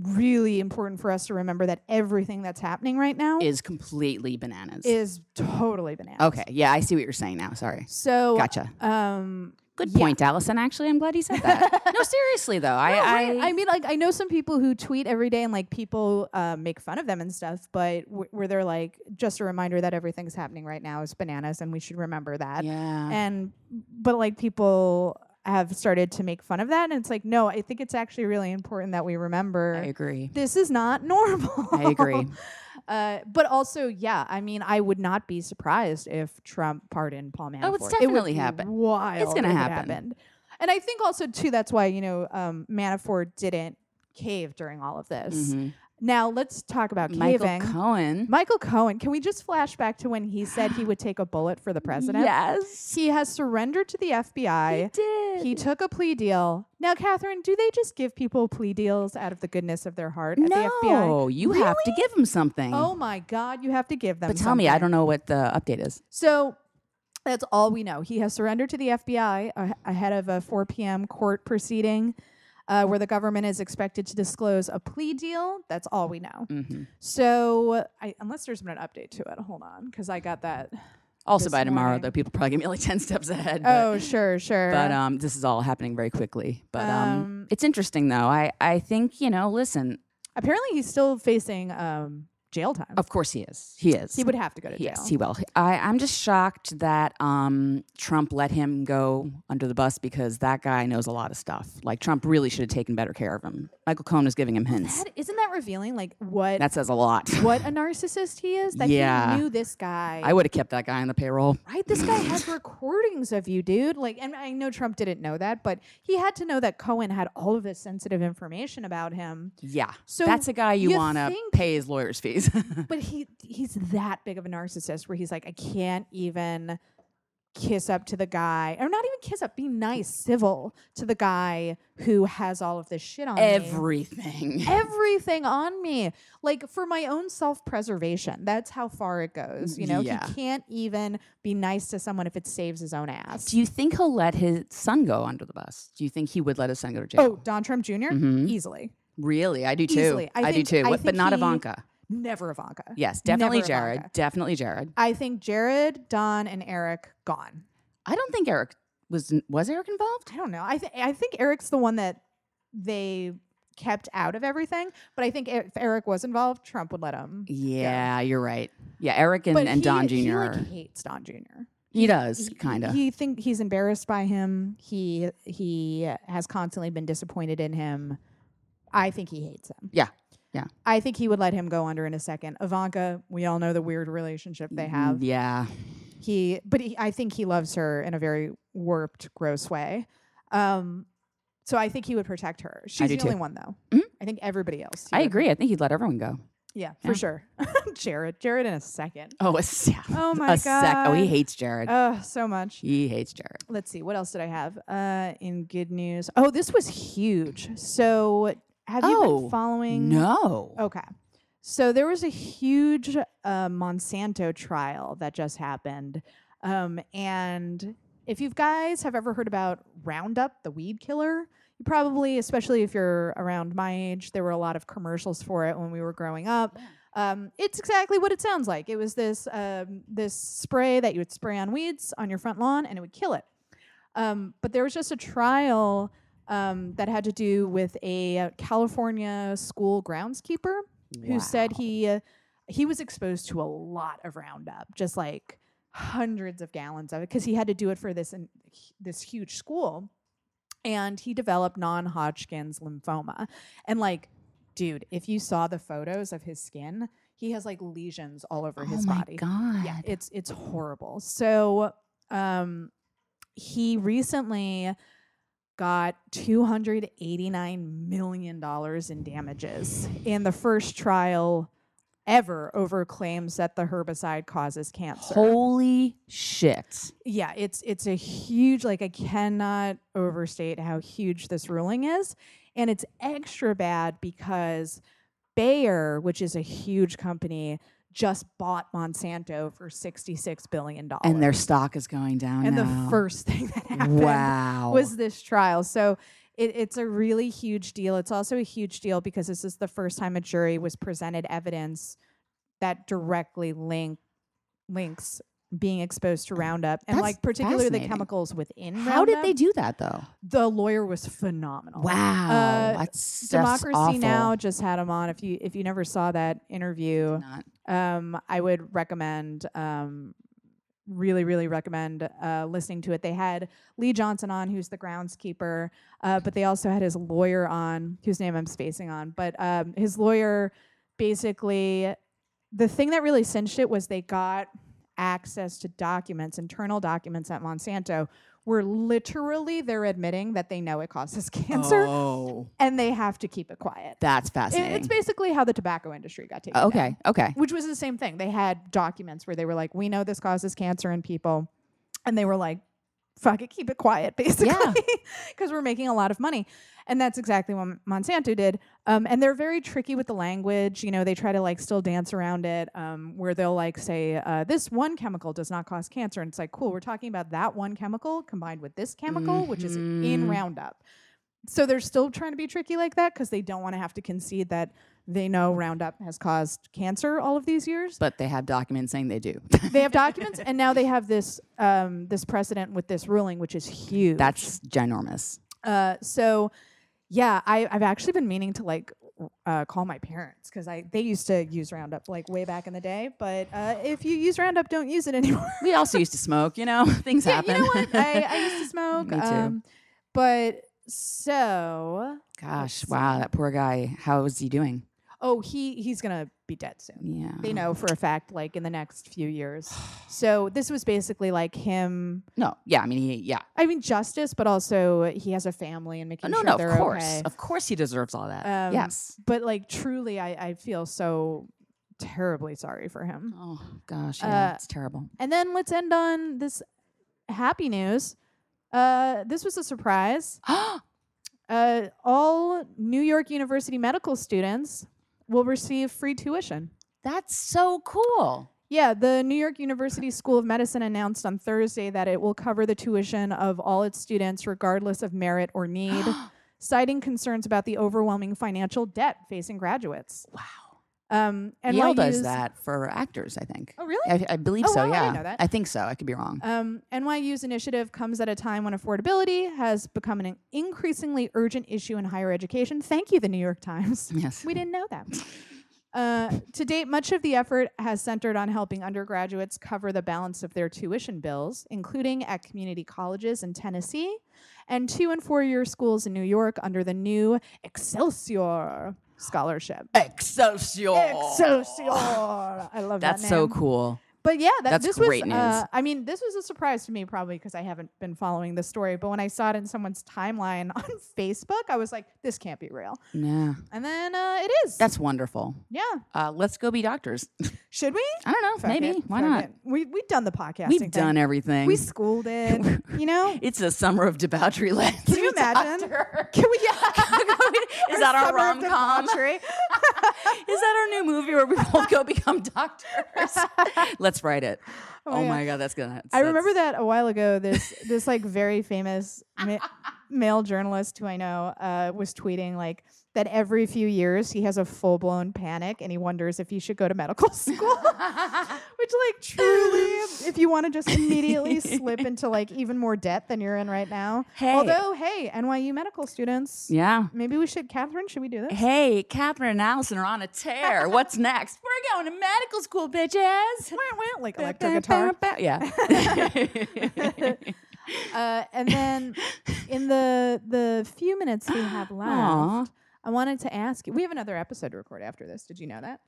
A: really important for us to remember that everything that's happening right now is,
B: Is completely bananas.
A: totally bananas.
B: okay, yeah, I see what you're saying now. Sorry.
A: So
B: Gotcha.
A: um
B: Good
A: yeah.
B: point, Allison. Actually, I'm glad you said that. no, seriously though, I,
A: No, right.
B: I,
A: I mean, like, I know some people who tweet every day and like people uh, make fun of them and stuff, but w- where they're like, just a reminder that everything's happening right now is bananas and we should remember that.
B: yeah.
A: And, but like, people have started to make fun of that. And it's like, no, I think it's actually really important that we remember
B: I agree.
A: this is not normal.
B: I agree.
A: Uh, but also, yeah, I mean, I would not be surprised if Trump pardoned Paul Manafort.
B: Oh, it's
A: It would
B: definitely
A: be
B: happen.
A: Wild.
B: It's gonna
A: if it
B: happen.
A: happened. And I think also too that's why you know um, Manafort didn't cave during all of this.
B: Mhm.
A: Now let's talk about
B: Michael
A: caving.
B: Cohen.
A: Michael Cohen. Can we just flash back to when he said he would take a bullet for the president?
B: Yes,
A: He has surrendered to the FBI.
B: did.
A: He took a plea deal. Now, Catherine, do they just give people plea deals out of the goodness of their heart at the FBI?
B: no, you have to give him something.
A: Oh my God, you have to give them.
B: but tell me, I
A: something.
B: don't know what the update is.
A: So that's all we know. He has surrendered to the FBI a- ahead of a 4 p.m. court proceeding uh, where the government is expected to disclose a plea deal. That's all we know.
B: Mhm.
A: So, I, unless there's been an update to it, hold on, because I got that.
B: Also,
A: This
B: by tomorrow,
A: morning.
B: though, people probably give me like ten steps ahead. but-
A: Oh, sure, sure.
B: but um, this is all happening very quickly. But um,
A: Um,
B: it's interesting though. I I think you know. Listen,
A: Apparently, he's still facing um, jail time.
B: Of course he is. He is.
A: He would have to go to jail.
B: Yes, he will. I, I'm just shocked that um, Trump let him go under the bus because that guy knows a lot of stuff. Like Trump really should have taken better care of him. Michael Cohen was giving him hints.
A: That, isn't that revealing? Like what
B: That says a lot.
A: what a narcissist he is. That
B: Yeah.
A: he knew this guy.
B: I would have kept that guy on the payroll.
A: right? This guy has recordings of you, dude. Like, and I know Trump didn't know that, but he had to know that Cohen had all of this sensitive information about him.
B: Yeah.
A: So
B: that's a guy you,
A: you
B: want to
A: think-
B: pay his lawyer's fees.
A: But he he's that big of a narcissist where he's like, I can't even kiss up to the guy, or not even kiss up, be nice, civil to the guy who has all of this shit on me.
B: Everything.
A: everything on me like for my own self-preservation that's how far it goes you know
B: Yeah.
A: he can't even be nice to someone if it saves his own ass
B: Do you think he'll let his son go under the bus? Do you think he would let his son go to jail?
A: oh don trump jr
B: Mhm.
A: easily
B: Really? I do too.
A: Easily.
B: I,
A: I think-
B: do too.
A: I
B: What- but
A: think
B: not
A: he-
B: Ivanka.
A: never ivanka
B: Yes, definitely
A: Never
B: Jared.
A: Ivanka.
B: Definitely Jared.
A: i think jared don and eric gone
B: I don't think Eric was was Eric involved.
A: i don't know i, th- I think eric's the one that they kept out of everything but i think if eric was involved trump would let him
B: Yeah, you're right. Yeah, Eric and,
A: but
B: and
A: he-
B: Don Jr.
A: he,
B: He,
A: like, hates don jr
B: does
A: he-
B: kind of.
A: He think he's embarrassed by him. He he has constantly been disappointed in him. I think he hates him.
B: Yeah. Yeah.
A: I think he would let him go under in a second. Ivanka, we all know the weird relationship they
B: Mm-hmm.
A: have.
B: Yeah,
A: He but he, I think he loves her in a very warped, gross way. Um so I think he would protect her. She's
B: do
A: the
B: too.
A: only one though.
B: Mhm.
A: I think everybody else. he
B: I
A: would-
B: agree. I think he'd let everyone go.
A: Yeah,
B: Yeah.
A: for sure. Jared. Jared in a second.
B: Oh, a sec.
A: Oh my
B: a sec. Oh, he
A: God.
B: hates Jared.
A: Oh, so much.
B: he hates Jared.
A: let's see what else did i have uh in good news oh this was huge so have you
B: Oh,
A: been following
B: No.
A: okay so there was a huge uh, monsanto trial that just happened um and if you guys have ever heard about roundup the weed killer you probably especially if you're around my age there were a lot of commercials for it when we were growing up um, it's exactly what it sounds like. It was this um, this spray that you would spray on weeds on your front lawn, and it would kill it. Um, but there was just a trial um, that had to do with a uh, California school groundskeeper who said
B: Wow.
A: he uh, he was exposed to a lot of Roundup, just like hundreds of gallons of it, because he had to do it for this in, this huge school, and he developed non-Hodgkin's lymphoma, and like, dude, if you saw the photos of his skin, he has like lesions all over
B: Oh
A: his
B: my
A: body.
B: God.
A: Yeah, it's it's horrible. So, um, he recently got two hundred eighty nine million dollars in damages in the first trial ever over claims that the herbicide causes cancer.
B: Holy shit.
A: yeah, it's it's a huge like I cannot overstate how huge this ruling is, and it's extra bad because Bayer, which is a huge company. Just bought Monsanto for sixty-six billion dollars,
B: And their stock is going down.
A: and
B: now.
A: the first thing that happened
B: wow
A: was this trial. So it, it's a really huge deal. It's also a huge deal because this is the first time a jury was presented evidence that directly link links being exposed to Roundup and
B: That's
A: like particularly the
B: fascinating.
A: chemicals within Roundup.
B: How did they do that though?
A: The lawyer was phenomenal.
B: Wow,
A: Oh. Uh,
B: that's that's
A: Democracy
B: awful.
A: Now just had him on. If you if you never saw that interview,
B: Not-
A: um, I would recommend, um, really, really recommend uh, listening to it. They had Lee Johnson on, who's the groundskeeper, uh, but they also had his lawyer on, whose name I'm spacing on. But um, his lawyer basically, the thing that really cinched it was they got access to documents, internal documents at Monsanto, where literally they're admitting that they know it causes cancer
B: Oh,
A: and they have to keep it quiet.
B: that's
A: It-
B: fascinating.
A: it's basically how the tobacco industry got taken. down
B: okay, okay.
A: which was the same thing. They had documents where they were like, "We know this causes cancer in people," and they were like, "Fuck it, keep it quiet," basically, because we're making a lot of money, and that's exactly what Monsanto did. Um, and they're very tricky with the language. You know, they try to like still dance around it, um, where they'll like say, uh, "This one chemical does not cause cancer," and it's like, "Cool, we're talking about that one chemical combined with this chemical, which is in
B: Mhm.
A: Roundup." So they're still trying to be tricky like that because they don't want to have to concede that they know Roundup has caused cancer all of these years.
B: But they have documents saying they do.
A: They have documents, and now they have this um, this precedent with this ruling, which is huge.
B: that's ginormous.
A: uh, so. Yeah, I, I've actually been meaning to like uh, call my parents because I they used to use Roundup like way back in the day. But uh, if you use Roundup, don't use it anymore.
B: We also used to smoke, you know, things
A: Yeah,
B: happen.
A: You know what? I, I used to smoke. um,
B: Me too.
A: but so,
B: Gosh,
A: Let's
B: wow, that poor guy. How is he doing?
A: oh, he he's gonna be dead soon.
B: Yeah.
A: They know for a fact, like in the next few years. So this was basically like him.
B: No, yeah, I mean, he, yeah.
A: I mean, justice, but also he has a family and making
B: Oh, no,
A: sure
B: no,
A: they're
B: of course.
A: okay.
B: Of course he deserves all that.
A: Um,
B: yes.
A: But like, truly, I I feel so terribly sorry for him.
B: Oh, gosh, yeah,
A: uh,
B: it's terrible.
A: And then let's end on this happy news. Uh, this was a surprise. uh, all New York University medical students will receive free tuition.
B: That's so cool.
A: Yeah, the New York University School of Medicine announced on Thursday that it will cover the tuition of all its students, regardless of merit or need, citing concerns about the overwhelming financial debt facing graduates.
B: Wow.
A: Um, and
B: Yale does that for actors, I think.
A: Oh, really?
B: I, I believe
A: Oh,
B: so,
A: wow, I
B: yeah.
A: didn't know that.
B: I think so. I could be wrong.
A: Um, NYU's initiative comes at a time when affordability has become an increasingly urgent issue in higher education. Thank you, the New York Times.
B: yes.
A: We didn't know that. Uh, to date, much of the effort has centered on helping undergraduates cover the balance of their tuition bills, including at community colleges in Tennessee and two and four year schools in New York under the new Excelsior scholarship.
B: Excelsior.
A: Excelsior! I love that.
B: That's so
A: name.
B: cool.
A: But yeah, that,
B: That's
A: this
B: great
A: was.
B: news.
A: Uh, I mean, this was a surprise to me probably because I haven't been following this story. But when I saw it in someone's timeline on Facebook, I was like, "This can't be real."
B: Yeah.
A: And then uh, it is.
B: That's wonderful.
A: yeah.
B: Uh, let's go be doctors.
A: Should we?
B: I don't know.
A: Fuck
B: maybe.
A: it,
B: Why
A: fuck
B: not?
A: it. We we've done the podcast.
B: We've done everything.
A: We schooled it. you know.
B: it's a summer of debauchery. Let's
A: Can you
B: be
A: imagine?
B: doctors.
A: Can we? Yeah.
B: Is that
A: summer
B: our
A: of
B: rom com?
A: debauchery.
B: Is that our new movie where we all go become doctors? Let's write it. Oh,
A: my God.
B: my god, that's gonna.
A: I
B: that's-
A: remember that a while ago. This this like very famous ma- male journalist who I know uh, was tweeting like that every few years he has a full blown panic and he wonders if he should go to medical school. Which like truly, if you want to just immediately slip into like even more debt than you're in right now.
B: Hey.
A: Although, hey, NYU medical students,
B: Yeah.
A: maybe we should. Catherine, should we do this?
B: Hey, Catherine and Allison are on a tear. What's next? We're going to medical school, bitches.
A: like electric guitar.
B: Yeah.
A: Uh, and then in the the few minutes we have left,
B: Aw.
A: I wanted to ask you. We have another episode to record after this. Did you know that?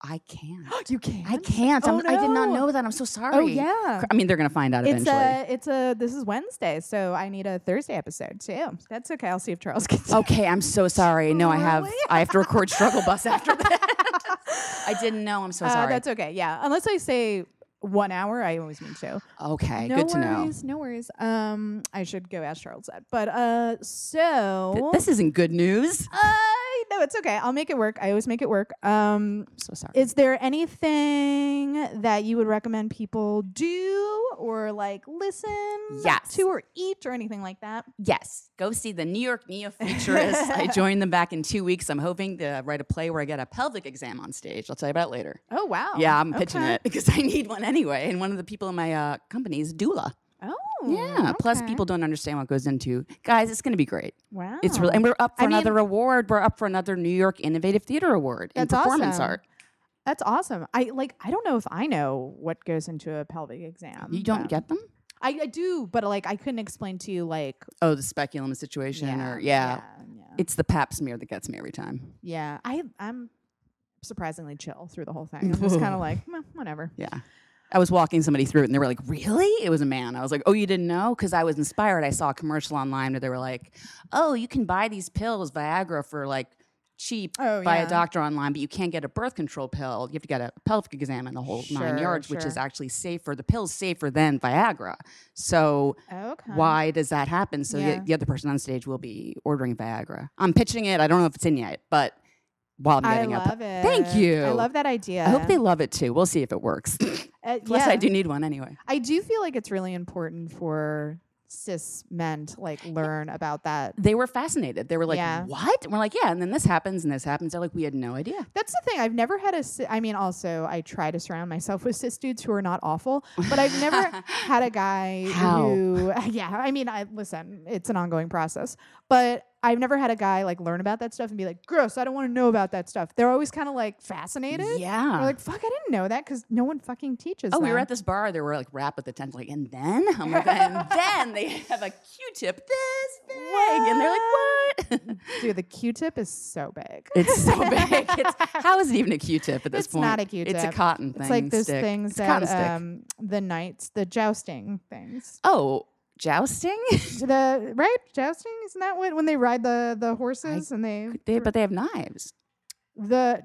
B: I can't.
A: You can.
B: I can't.
A: Oh,
B: I'm, I did not
A: no.
B: know that. I'm so sorry.
A: Oh yeah.
B: Cr- I mean, they're gonna find out
A: It's
B: eventually.
A: a it's a this is Wednesday, so I need a Thursday episode too. That's okay. I'll see if Charles can.
B: Okay, I'm so sorry. No, I have
A: Really?
B: I have to record Struggle Bus after that. I didn't know. I'm so
A: uh,
B: sorry.
A: that's okay. Yeah, unless I say one hour, I always mean two.
B: okay,
A: no
B: good
A: worries,
B: to know.
A: No worries. Um, I should go ask Charles that. But uh, so
B: Th- This isn't good news.
A: uh, no, it's okay. I'll make it work. I always make it work. Um,
B: I'm so sorry.
A: Is there anything that you would recommend people do or like listen
B: Yes.
A: to or eat or anything like that?
B: yes, go see the New York Neo Futurists. I joined them back in two weeks. I'm hoping to write a play where I get a pelvic exam on stage. I'll tell you about it later.
A: Oh wow.
B: yeah, I'm pitching
A: Okay.
B: it because I need one anyway. And one of the people in my uh, company is a doula.
A: Oh.
B: Yeah. Plus,
A: okay.
B: people don't understand what goes into. Guys, it's going to be great.
A: Wow.
B: It's really, and we're up for
A: Oh. I mean-
B: another award. We're up for another New York Innovative Theater Award in
A: That's
B: performance
A: awesome.
B: art.
A: That's awesome. I like I don't know if I know what goes into a pelvic exam.
B: You don't
A: but-
B: get them?
A: I, I do, but like I couldn't explain to you like
B: Oh, the speculum situation, or yeah.
A: Yeah. yeah.
B: it's the pap smear that gets me every time.
A: yeah. I I'm surprisingly chill through the whole thing. I'm just kind of like, "Meh, whatever.
B: Yeah, I was walking somebody through it, and they were like, "Really?" It was a man. I was like, "Oh, you didn't know?" Because I was inspired. I saw a commercial online where they were like, "Oh, you can buy these pills, Viagra, for like." Cheap
A: Oh,
B: by
A: yeah.
B: a doctor online, but you can't get a birth control pill. You have to get a pelvic exam and the whole
A: Sure,
B: nine yards, which
A: sure.
B: is actually safer. The pill's safer than Viagra. So
A: Okay.
B: why does that happen? So
A: Yeah.
B: the, the other person on stage will be ordering Viagra. I'm pitching it. I don't know if it's in yet, but while I'm
A: I
B: getting up,
A: love it.
B: Thank you.
A: I love that idea.
B: I hope they love it too. We'll see if it works.
A: Uh,
B: Plus,
A: yeah.
B: I do need one anyway.
A: I do feel like it's really important for cis men to like learn about that.
B: They were fascinated. They were like,
A: Yeah.
B: "What?" And we're like, "Yeah." And then this happens, and this happens. They're like, "We had no idea."
A: That's the thing. I've never had a. ci- I mean, also I try to surround myself with cis dudes who are not awful, but I've never had a guy
B: How?
A: who. Yeah, I mean, I listen. It's an ongoing process, but I've never had a guy like learn about that stuff and be like, gross, I don't want to know about that stuff. They're always kind of like fascinated.
B: Yeah.
A: They're like, fuck, I didn't know that because no one fucking teaches.
B: Oh, we were
A: them."
B: at this bar. There were like rap at the tent, like, and then I'm like, and then they have a Q-tip this big, and they're like, what?
A: Dude, the Q-tip is so big.
B: It's so big. It's, how is it even a Q-tip at this
A: It's
B: point?
A: not a
B: It's a
A: Q-tip.
B: cotton thing.
A: It's like those
B: stick.
A: things
B: It's a cotton
A: that
B: stick.
A: um, the knights, the jousting things.
B: oh, jousting.
A: the right jousting isn't that what when they ride the the horses and they
B: they, but they have knives.
A: the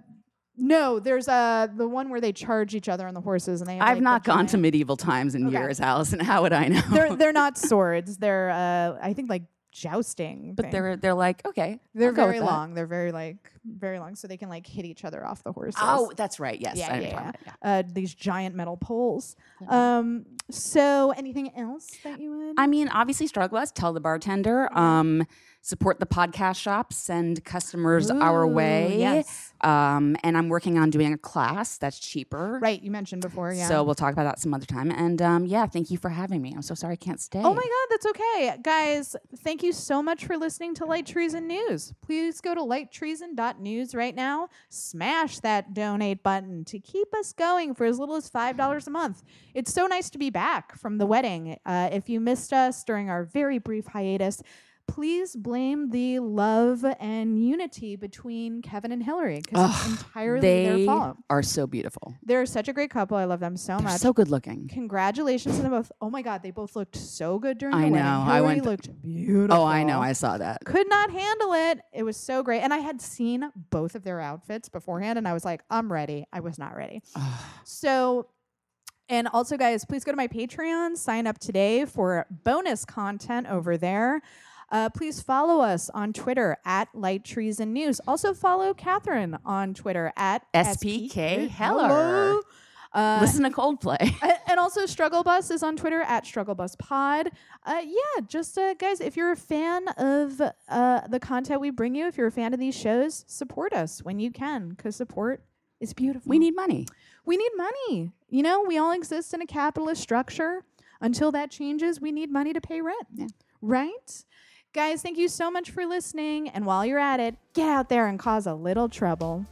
A: no there's uh the one where they charge each other on the horses and they. Have,
B: I've
A: like, the
B: not gone to
A: giant-
B: medieval times in
A: Okay.
B: years, Allison. How would I know?
A: They're they're not swords. They're uh I think like jousting.
B: but
A: thing.
B: they're they're like okay.
A: they're
B: I'll go with
A: very
B: that.
A: long. They're very like very long, so they can like hit each other off the horses.
B: Oh, that's right. Yes.
A: Yeah,
B: I know
A: yeah,
B: what you're talking about,
A: uh, these giant metal poles.
B: yeah.
A: Um, so anything else that you would?
B: I mean, obviously, struggle us. Tell the bartender. Um, support the podcast shop. Send customers our
A: Ooh,
B: way.
A: Yes.
B: Um, and I'm working on doing a class that's cheaper.
A: Right. You mentioned before. Yeah.
B: So we'll talk about that some other time. And um, yeah, thank you for having me. I'm so sorry I can't stay.
A: Oh my God, that's okay. Guys, thank you so much for listening to Light Treason News. Please go to lighttreason.news right now. Smash that donate button to keep us going for as little as $5 a month. It's so nice to be back from the wedding. Uh, if you missed us during our very brief hiatus, please blame the love and unity between Kevin and Hillary because it's
B: Ugh,
A: entirely their
B: They
A: fault. Oh
B: are so beautiful.
A: They're such a great couple. I love them so
B: They're
A: much
B: so good looking.
A: congratulations to them both. Oh my god, they both looked so good during the
B: I
A: wedding.
B: know, I
A: Hillary
B: went-
A: looked beautiful.
B: Oh, I know. I saw that.
A: could not handle it. It was so great, and I had seen both of their outfits beforehand, and I was like, I'm ready. I was not ready.
B: Ugh.
A: So. And also, guys, please go to my Patreon, sign up today for bonus content over there. Uh, please follow us on Twitter at Light Treason News. Also, follow Catherine on Twitter at
B: SPK Heller.
A: Hello. Uh,
B: Listen to Coldplay.
A: and, and also struggle bus is on twitter at struggle bus pod uh, yeah just uh, guys if you're a fan of uh, the content we bring you if you're a fan of these shows support us when you can because support is beautiful
B: We need money.
A: we need money you know we all exist in a capitalist structure until that changes we need money to pay rent
B: Yeah.
A: right guys thank you so much for listening and while you're at it get out there and cause a little trouble